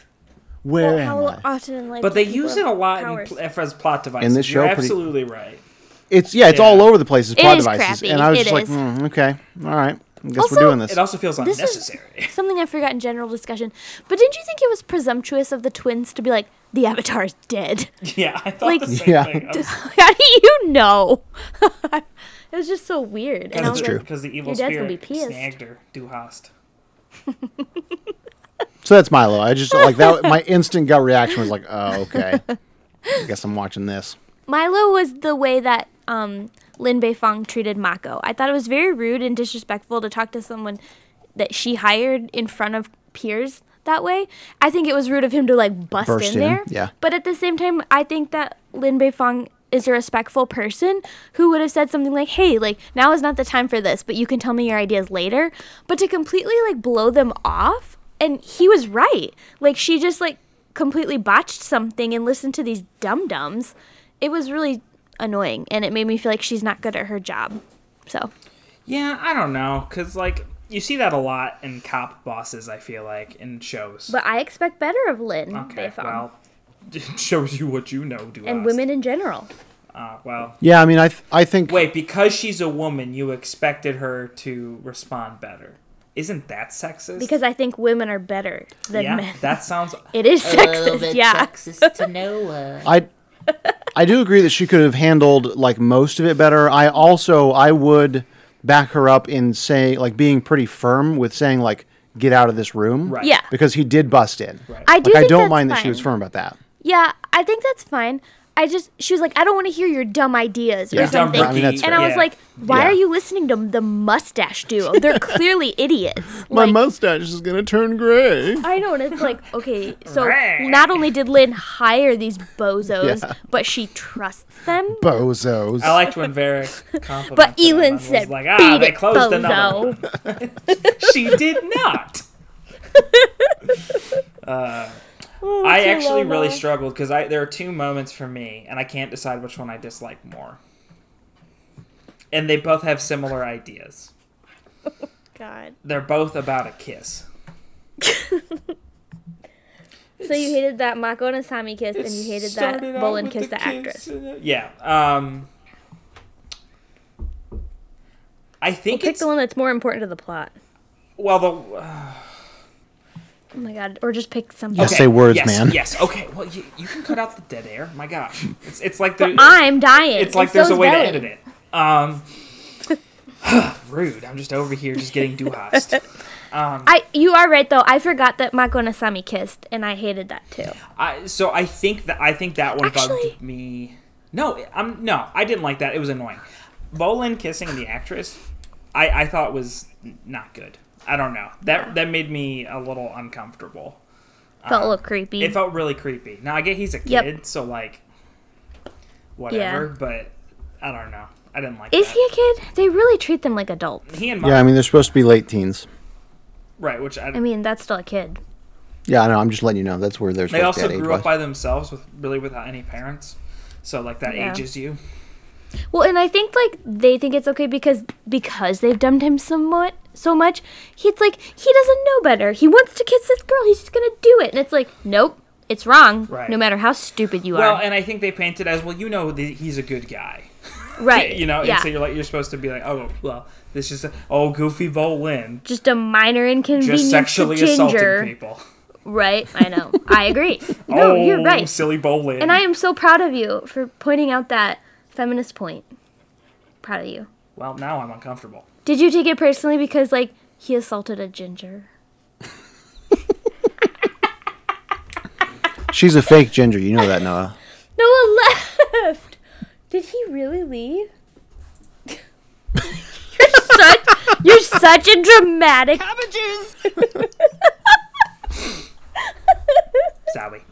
Speaker 3: Where
Speaker 5: Well,
Speaker 3: am
Speaker 5: how
Speaker 3: I?"
Speaker 5: often in life
Speaker 6: But
Speaker 5: do
Speaker 6: they
Speaker 5: people
Speaker 6: use it a
Speaker 5: have
Speaker 6: lot in
Speaker 5: powers?
Speaker 6: pl- as plot devices.
Speaker 3: In this
Speaker 6: You're
Speaker 3: show, pretty-
Speaker 6: absolutely right.
Speaker 3: It's yeah, it's
Speaker 6: Yeah.
Speaker 3: all over the place. It's plot
Speaker 5: is
Speaker 3: devices,
Speaker 5: crappy.
Speaker 3: and I was
Speaker 5: It
Speaker 3: just like,
Speaker 5: is.
Speaker 3: "Mm, "Okay, all right, I guess
Speaker 5: Also,
Speaker 3: we're doing this."
Speaker 6: It also feels
Speaker 5: This is-
Speaker 6: unnecessary.
Speaker 5: Something I forgot in general discussion. But didn't you think it was presumptuous of the twins to be like, the avatar is dead?
Speaker 6: yeah, I thought
Speaker 5: Like-
Speaker 6: the same
Speaker 3: Yeah.
Speaker 6: thing.
Speaker 5: How do you know? it was just so weird. And I was like,
Speaker 6: Because the evil
Speaker 5: Your dad's gonna
Speaker 6: spirit
Speaker 5: be pissed.
Speaker 6: snagged her. Du hast.
Speaker 3: So that's Milo. I just like that. My instant gut reaction was like, "Oh, okay. I guess I'm watching this."
Speaker 5: Milo was the way that um, Lin Beifong treated Mako. I thought it was very rude and disrespectful to talk to someone that she hired in front of peers that way. I think it was rude of him to like bust
Speaker 3: Burst in,
Speaker 5: in, there.
Speaker 3: yeah.
Speaker 5: But at the same time, I think that Lin Beifong is a respectful person who would have said something like, "Hey, like now is not the time for this, but you can tell me your ideas later." But to completely like blow them off, and he was right. Like she just like completely botched something and listened to these dum dums. It was really annoying, and it made me feel like she's not good at her job. So
Speaker 6: Yeah, I don't know. Because, like, you see that a lot in cop bosses, I feel like, in shows.
Speaker 5: But I expect better of Lynn
Speaker 6: okay,
Speaker 5: Beifong
Speaker 6: well, it shows you what you know, Du
Speaker 5: and
Speaker 6: hast.
Speaker 5: women in general.
Speaker 6: Uh, well,
Speaker 3: Yeah, I mean, I th- I think
Speaker 6: wait, because she's a woman, you expected her to respond better. Isn't that sexist?
Speaker 5: Because I think women are better than
Speaker 6: yeah,
Speaker 5: men.
Speaker 6: that sounds.
Speaker 5: It is
Speaker 4: a little
Speaker 5: sexist,
Speaker 4: bit
Speaker 5: yeah.
Speaker 4: sexist to Noah.
Speaker 3: I I do agree that she could have handled like most of it better. I also I would back her up in saying like being pretty firm with saying like, "Get out of this room,"
Speaker 6: Right.
Speaker 5: Yeah.
Speaker 3: Because he did bust in. Right.
Speaker 5: I do
Speaker 3: Like I
Speaker 5: think
Speaker 3: don't
Speaker 5: that's
Speaker 3: mind that she
Speaker 5: fine.
Speaker 3: was firm about that.
Speaker 5: Yeah, I think that's fine. I just she was like, I don't want to hear your dumb ideas or
Speaker 3: Yeah. Dumb
Speaker 5: something.
Speaker 3: I mean, that's
Speaker 5: and
Speaker 3: fair.
Speaker 5: I was
Speaker 6: Yeah.
Speaker 5: like, why
Speaker 3: Yeah.
Speaker 5: are you listening to the mustache duo? They're clearly idiots. Like,
Speaker 3: mustache is gonna turn gray.
Speaker 5: I know, and it's like, okay, so
Speaker 6: Right.
Speaker 5: not only did Lynn hire these bozos,
Speaker 3: Yeah.
Speaker 5: but she trusts them.
Speaker 3: Bozos.
Speaker 6: I liked when Varric complimented
Speaker 5: But
Speaker 6: him and
Speaker 5: Elin
Speaker 6: was
Speaker 5: said,
Speaker 6: like, ah,
Speaker 5: beat
Speaker 6: they
Speaker 5: it,
Speaker 6: closed another one."
Speaker 5: bozo.
Speaker 6: she did not. Uh,
Speaker 5: Oh,
Speaker 6: I actually really struggled because I there are two moments for me, and I can't decide which one I dislike more. And they both have similar ideas.
Speaker 5: God.
Speaker 6: They're both about a kiss.
Speaker 5: So you hated that Mako and Asami kiss, and you hated that
Speaker 6: Started out
Speaker 5: Bolin
Speaker 6: with
Speaker 5: kiss the, actress.
Speaker 6: and- Yeah. Um, I think
Speaker 5: Pick
Speaker 6: it's
Speaker 5: the one that's more important to the plot.
Speaker 6: well the
Speaker 5: Oh my god, or just pick something.
Speaker 3: Yes, say words,
Speaker 6: yes,
Speaker 3: man.
Speaker 6: Yes. Okay. Well, you, you can cut out the dead air. My gosh, it's it's like the
Speaker 5: I'm dying.
Speaker 6: it's like
Speaker 5: and
Speaker 6: there's a
Speaker 5: so's
Speaker 6: way
Speaker 5: Belly.
Speaker 6: to edit it. Um, rude. I'm just over here just getting duhast.
Speaker 5: I you are right though. I forgot that Mako and Asami kissed, and I hated that too.
Speaker 6: I, so I think that I think that one
Speaker 5: Actually-
Speaker 6: bugged me. No, I'm no, I didn't like that. It was annoying. Bolin kissing the actress, I, I thought was n- not good. I don't know. That that made me a little uncomfortable.
Speaker 5: Felt a little creepy.
Speaker 6: Uh, It felt really creepy. Now I get he's a kid,
Speaker 5: Yep.
Speaker 6: so like whatever, but I don't know. I didn't like
Speaker 5: Is
Speaker 6: that.
Speaker 5: he a kid? They really treat them like adults.
Speaker 6: He and Mike,
Speaker 3: Yeah, I mean they're supposed to be late teens.
Speaker 6: right, which I,
Speaker 5: I mean, that's still a kid.
Speaker 3: Yeah, I know. I'm just letting you know that's where they're supposed
Speaker 6: they also
Speaker 3: to be at
Speaker 6: grew up
Speaker 3: age-wise.
Speaker 6: by themselves with really without any parents. So like that
Speaker 5: Yeah.
Speaker 6: ages you.
Speaker 5: Well, and I think like they think it's okay because because they've dumbed him somewhat so much. He's like he doesn't know better. He wants to kiss this girl. He's just gonna do it, and it's like nope, it's wrong.
Speaker 6: Right.
Speaker 5: No matter how stupid you
Speaker 6: Well,
Speaker 5: are.
Speaker 6: and I think they painted as well. You know, that he's a good guy.
Speaker 5: right.
Speaker 6: you know,
Speaker 5: Yeah.
Speaker 6: and so you're like you're supposed to be like, oh well, this is a, oh goofy Bolin
Speaker 5: just a minor inconvenience
Speaker 6: just sexually
Speaker 5: to Ginger.
Speaker 6: assaulting people.
Speaker 5: Right. I know. I agree. No,
Speaker 6: oh,
Speaker 5: you're right.
Speaker 6: silly Bolin.
Speaker 5: And I am so proud of you for pointing out that feminist point. Proud of you.
Speaker 6: well, now I'm uncomfortable.
Speaker 5: Did you take it personally because like he assaulted a ginger?
Speaker 3: She's a fake ginger. You know that, Noah.
Speaker 5: No one left. Did he really leave? you're such you're such a dramatic
Speaker 6: Sally.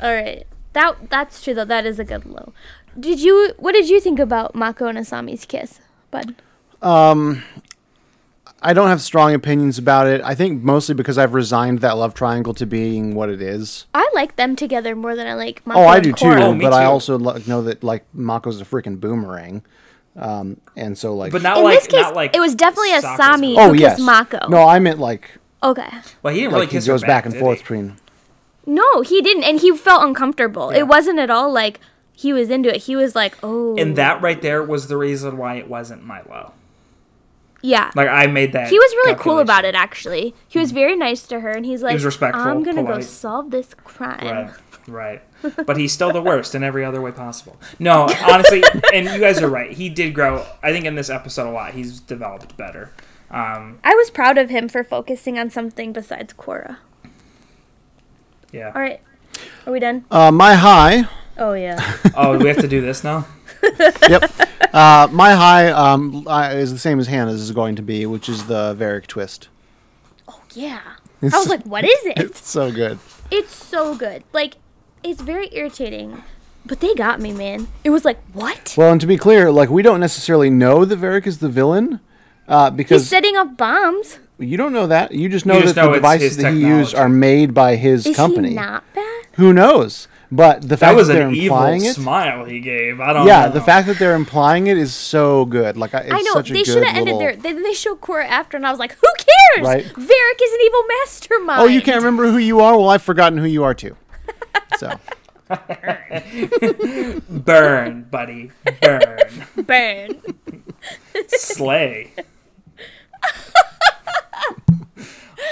Speaker 5: All right. That that's true though. That is a good low. Did you what did you think about Mako and Asami's kiss? Bud.
Speaker 3: I don't have strong opinions about it. I think mostly because I've resigned that love triangle to being what it is.
Speaker 5: I like them together more than I like Mako
Speaker 3: Oh, I
Speaker 5: and
Speaker 3: do too.
Speaker 5: Korra.
Speaker 6: Oh, me
Speaker 3: but I
Speaker 6: too.
Speaker 3: also lo- know that like Mako's a freaking boomerang, um, and so like
Speaker 6: But not
Speaker 5: In
Speaker 6: like
Speaker 5: this case,
Speaker 6: not like
Speaker 5: it was definitely a
Speaker 6: Sokka's
Speaker 5: Sami
Speaker 6: move.
Speaker 5: who
Speaker 3: oh yes,
Speaker 5: kissed Mako.
Speaker 3: No, I meant like
Speaker 5: Okay.
Speaker 6: Well, he didn't really
Speaker 3: like
Speaker 6: kiss
Speaker 3: he goes
Speaker 6: her
Speaker 3: back, and
Speaker 6: did
Speaker 3: forth
Speaker 6: he?
Speaker 3: between.
Speaker 5: No, he didn't, and he felt uncomfortable.
Speaker 6: Yeah.
Speaker 5: It wasn't at all like he was into it. He was like, oh,
Speaker 6: And that right there was the reason why it wasn't Milo.
Speaker 5: oh, yeah.
Speaker 6: Like I made that.
Speaker 5: he was really cool
Speaker 6: calculation.
Speaker 5: about it. Actually, he was very nice to her, and he's like,
Speaker 6: was respectful,
Speaker 5: I'm gonna go
Speaker 6: polite.
Speaker 5: solve this crime.
Speaker 6: Right. Right. But he's still the worst in every other way possible. No, honestly, and you guys are right. He did grow. I think in this episode a lot, he's developed better. Um,
Speaker 5: I was proud of him for focusing on something besides Korra.
Speaker 6: yeah.
Speaker 5: All right, are we done?
Speaker 3: Uh, my high,
Speaker 5: oh yeah.
Speaker 6: Oh, do we have to do this now?
Speaker 3: yep. Uh, my high um, I- is the same as Hannah's is going to be, which is the Varric twist.
Speaker 5: Yeah. I was like, what is it?
Speaker 3: So good.
Speaker 5: It's so good. Like, it's very irritating, but they got me, man. It was like, what?
Speaker 3: Well, and to be clear, like we don't necessarily know that Varric is the villain. Uh,
Speaker 5: He's
Speaker 3: because
Speaker 5: setting off bombs.
Speaker 3: you don't know that. You just know
Speaker 6: just
Speaker 3: that
Speaker 6: know
Speaker 3: the
Speaker 6: it's
Speaker 3: devices
Speaker 6: his
Speaker 3: that he used
Speaker 6: technology.
Speaker 3: are made by his
Speaker 5: Is
Speaker 3: company.
Speaker 5: he not bad?
Speaker 3: Who knows? But the
Speaker 6: That
Speaker 3: fact that,
Speaker 6: was
Speaker 3: they're
Speaker 6: an evil
Speaker 3: implying it,
Speaker 6: smile he gave. I don't.
Speaker 3: yeah,
Speaker 6: know.
Speaker 3: the fact that they're implying it is so good. Like, I- it's
Speaker 5: I know
Speaker 3: such a
Speaker 5: they
Speaker 3: good
Speaker 5: should have ended
Speaker 3: little-
Speaker 5: there. Then they show Korra after, and I was like, "Who cares?
Speaker 3: Right.
Speaker 5: Varric is an evil mastermind."
Speaker 3: Oh, you can't remember who you are? Well, I've forgotten who you are too. So
Speaker 6: burn, buddy, burn,
Speaker 5: burn.
Speaker 6: slay.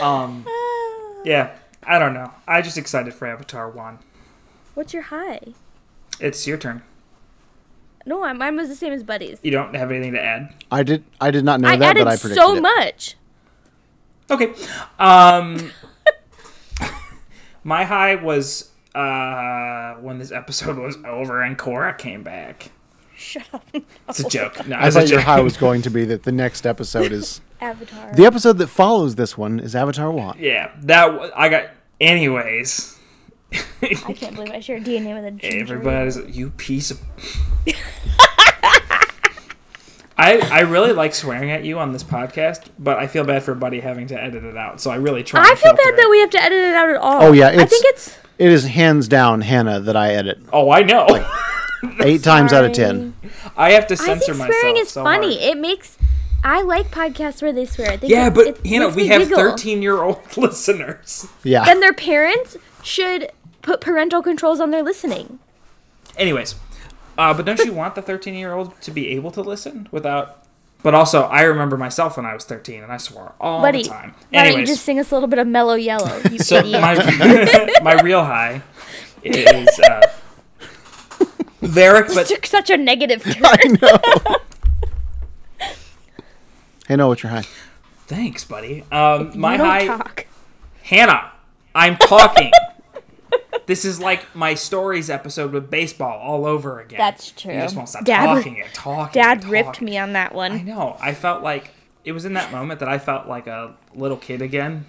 Speaker 6: um, yeah, I don't know. I just excited for Avatar One.
Speaker 5: What's your high?
Speaker 6: It's your turn.
Speaker 5: No, I- mine was the same as Buddy's.
Speaker 6: You don't have anything to add.
Speaker 3: I did. I did not know
Speaker 5: I
Speaker 3: that,
Speaker 5: added
Speaker 3: but I predicted
Speaker 5: so
Speaker 3: it.
Speaker 5: much.
Speaker 6: Okay. Um, my high was uh, when this episode was over and Korra came back.
Speaker 5: Shut up,
Speaker 6: It's
Speaker 5: Oh.
Speaker 6: a joke. No,
Speaker 3: I
Speaker 6: it's a
Speaker 3: thought your
Speaker 6: joke.
Speaker 3: high was going to be that the next episode is
Speaker 5: Avatar.
Speaker 3: the episode that follows this one is Avatar One.
Speaker 6: Yeah, that w- I got. Anyways,
Speaker 5: I can't believe I shared DNA with a ginger.
Speaker 6: everybody's you piece of. I I really like swearing at you on this podcast, but I feel bad for Buddy having to edit it out. So I really try.
Speaker 5: I
Speaker 6: and
Speaker 5: feel
Speaker 6: filter
Speaker 5: bad that
Speaker 6: it.
Speaker 5: we have to edit it out at all.
Speaker 3: Oh, yeah,
Speaker 5: I
Speaker 3: it's-
Speaker 5: think it's
Speaker 3: It is hands down Hannah that I edit
Speaker 6: Oh, I know.
Speaker 3: eight times out of ten.
Speaker 6: I have to
Speaker 5: I
Speaker 6: censor
Speaker 5: think swearing
Speaker 6: myself.
Speaker 5: is
Speaker 6: so
Speaker 5: funny.
Speaker 6: hard.
Speaker 5: It makes. I like podcasts where they swear. I think
Speaker 6: Yeah,
Speaker 5: it-
Speaker 6: but
Speaker 5: it
Speaker 6: Hannah,
Speaker 5: makes
Speaker 6: we
Speaker 5: me
Speaker 6: have
Speaker 5: giggle.
Speaker 6: thirteen-year-old listeners.
Speaker 3: Yeah.
Speaker 5: Then their parents should put parental controls on their listening.
Speaker 6: Anyways, uh, but don't you want the 13 year old to be able to listen without? But also, I remember myself when I was 13 and I swore all
Speaker 5: Buddy,
Speaker 6: the time.
Speaker 5: why don't you
Speaker 6: Anyways,
Speaker 5: just sing us a little bit of Mellow Yellow, you
Speaker 6: so
Speaker 5: idiot?
Speaker 6: my, my real high is uh, Varric, but
Speaker 5: Took such a negative turn.
Speaker 3: I know. hey, Noah, what's your high?
Speaker 6: Thanks, buddy. Um, my
Speaker 5: you don't
Speaker 6: high
Speaker 5: talk.
Speaker 6: Hannah. I'm talking. this is like my stories episode with baseball all over again.
Speaker 4: That's true.
Speaker 6: You just won't stop
Speaker 5: Dad-
Speaker 6: talking and talking.
Speaker 5: Dad
Speaker 6: and
Speaker 5: ripped
Speaker 6: talking.
Speaker 5: me on that
Speaker 6: I
Speaker 5: one.
Speaker 6: know. I felt like it was in that moment that I felt like a little kid again.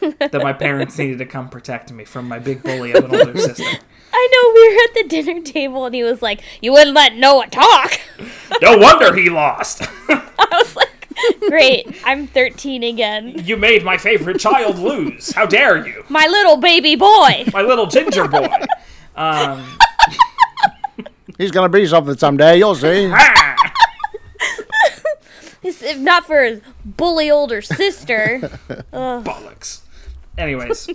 Speaker 6: that my parents needed to come protect me from my big bully of an older sister.
Speaker 5: I know we were at the dinner table and he was like, "You wouldn't let Noah talk."
Speaker 6: No wonder he lost.
Speaker 5: I was like, "Great, I'm 13 again.
Speaker 6: you made my favorite child lose. How dare you,
Speaker 5: My little baby boy."
Speaker 6: my little ginger boy? Um,
Speaker 2: He's gonna be something someday. You'll see.
Speaker 6: ah!
Speaker 5: If not for his bully older sister,
Speaker 6: bollocks. Anyways,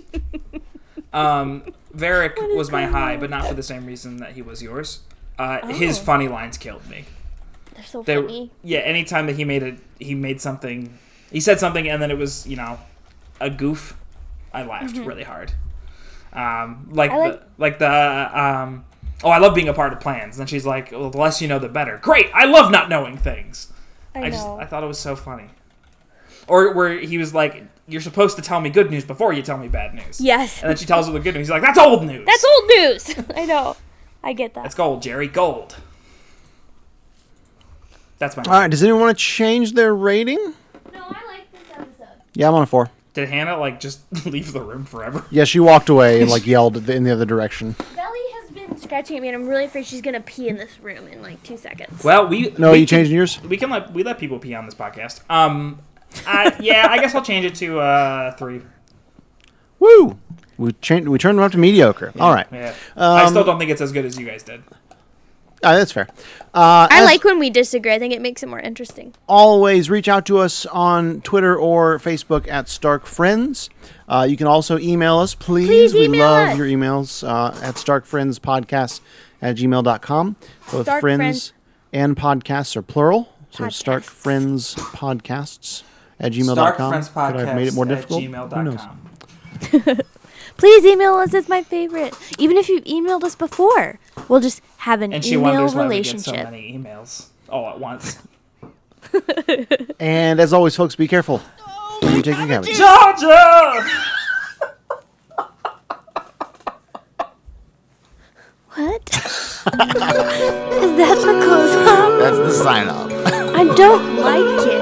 Speaker 6: um, Varric was my high, but not for the same reason that he was yours. Uh, His funny lines killed me.
Speaker 5: they're so
Speaker 6: They,
Speaker 5: funny.
Speaker 6: yeah, anytime that he made it, he made something, he said something, and then it was you know a goof. I laughed really hard. Um, like
Speaker 5: Mm-hmm. I like-
Speaker 6: the, like the um, oh, I love being a part of plans. And she's like, well, the less you know, the better. Great, I love not knowing things.
Speaker 5: I,
Speaker 6: I just
Speaker 5: know.
Speaker 6: I thought it was so funny. Or where he was like, "You're supposed to tell me good news before you tell me bad news."
Speaker 5: yes,
Speaker 6: And then she tells him the good news. He's like, "That's old news.
Speaker 5: that's old news. I know. I get that.
Speaker 6: That's gold, Jerry. Gold." That's my.
Speaker 3: All right. Does anyone want to change their rating?
Speaker 5: No, I like this episode.
Speaker 3: Yeah, I'm on a four.
Speaker 6: Did Hannah like just leave the room forever?
Speaker 3: Yeah, she walked away and like yelled at the- in the other direction.
Speaker 5: Belly has been scratching at me, and I'm really afraid she's gonna pee in this room in like two seconds.
Speaker 6: Well, we
Speaker 3: No,
Speaker 6: we
Speaker 3: you
Speaker 6: can-
Speaker 3: changing yours.
Speaker 6: We can let we let people pee on this podcast. Um, I, yeah, I guess I'll change it to uh three.
Speaker 3: Woo! We changed. We turned them up to mediocre. All right.
Speaker 6: Yeah, I
Speaker 3: Um,
Speaker 6: still don't think it's as good as you guys did.
Speaker 3: Uh, that's fair.
Speaker 5: I like when we disagree. I think it makes it more interesting.
Speaker 3: always reach out to us on Twitter or Facebook at Stark Friends. Uh, you can also email us, please.
Speaker 5: Please
Speaker 3: we
Speaker 5: email
Speaker 3: love
Speaker 5: us.
Speaker 3: your emails uh, at starkfriendspodcast at gmail.com. Both
Speaker 5: Stark
Speaker 3: friends
Speaker 5: Friends.
Speaker 3: and podcasts are plural. So
Speaker 5: Podcasts.
Speaker 3: Stark Friends Podcasts at gmail.com.
Speaker 6: Dark Friends Podcast.
Speaker 3: Could I have made it more difficult?
Speaker 6: At
Speaker 3: Who knows?
Speaker 6: gmail.com.
Speaker 4: Please email us. It's my favorite. Even if you've emailed us before, we'll just have an
Speaker 6: And she
Speaker 4: email
Speaker 6: wonders why we get so
Speaker 4: relationship.
Speaker 6: many emails all at once.
Speaker 3: And as always, folks, be careful. when you take your cabbage.
Speaker 6: Georgia!
Speaker 4: what? Is that the close up?
Speaker 3: That's the sign off.
Speaker 4: I don't like it.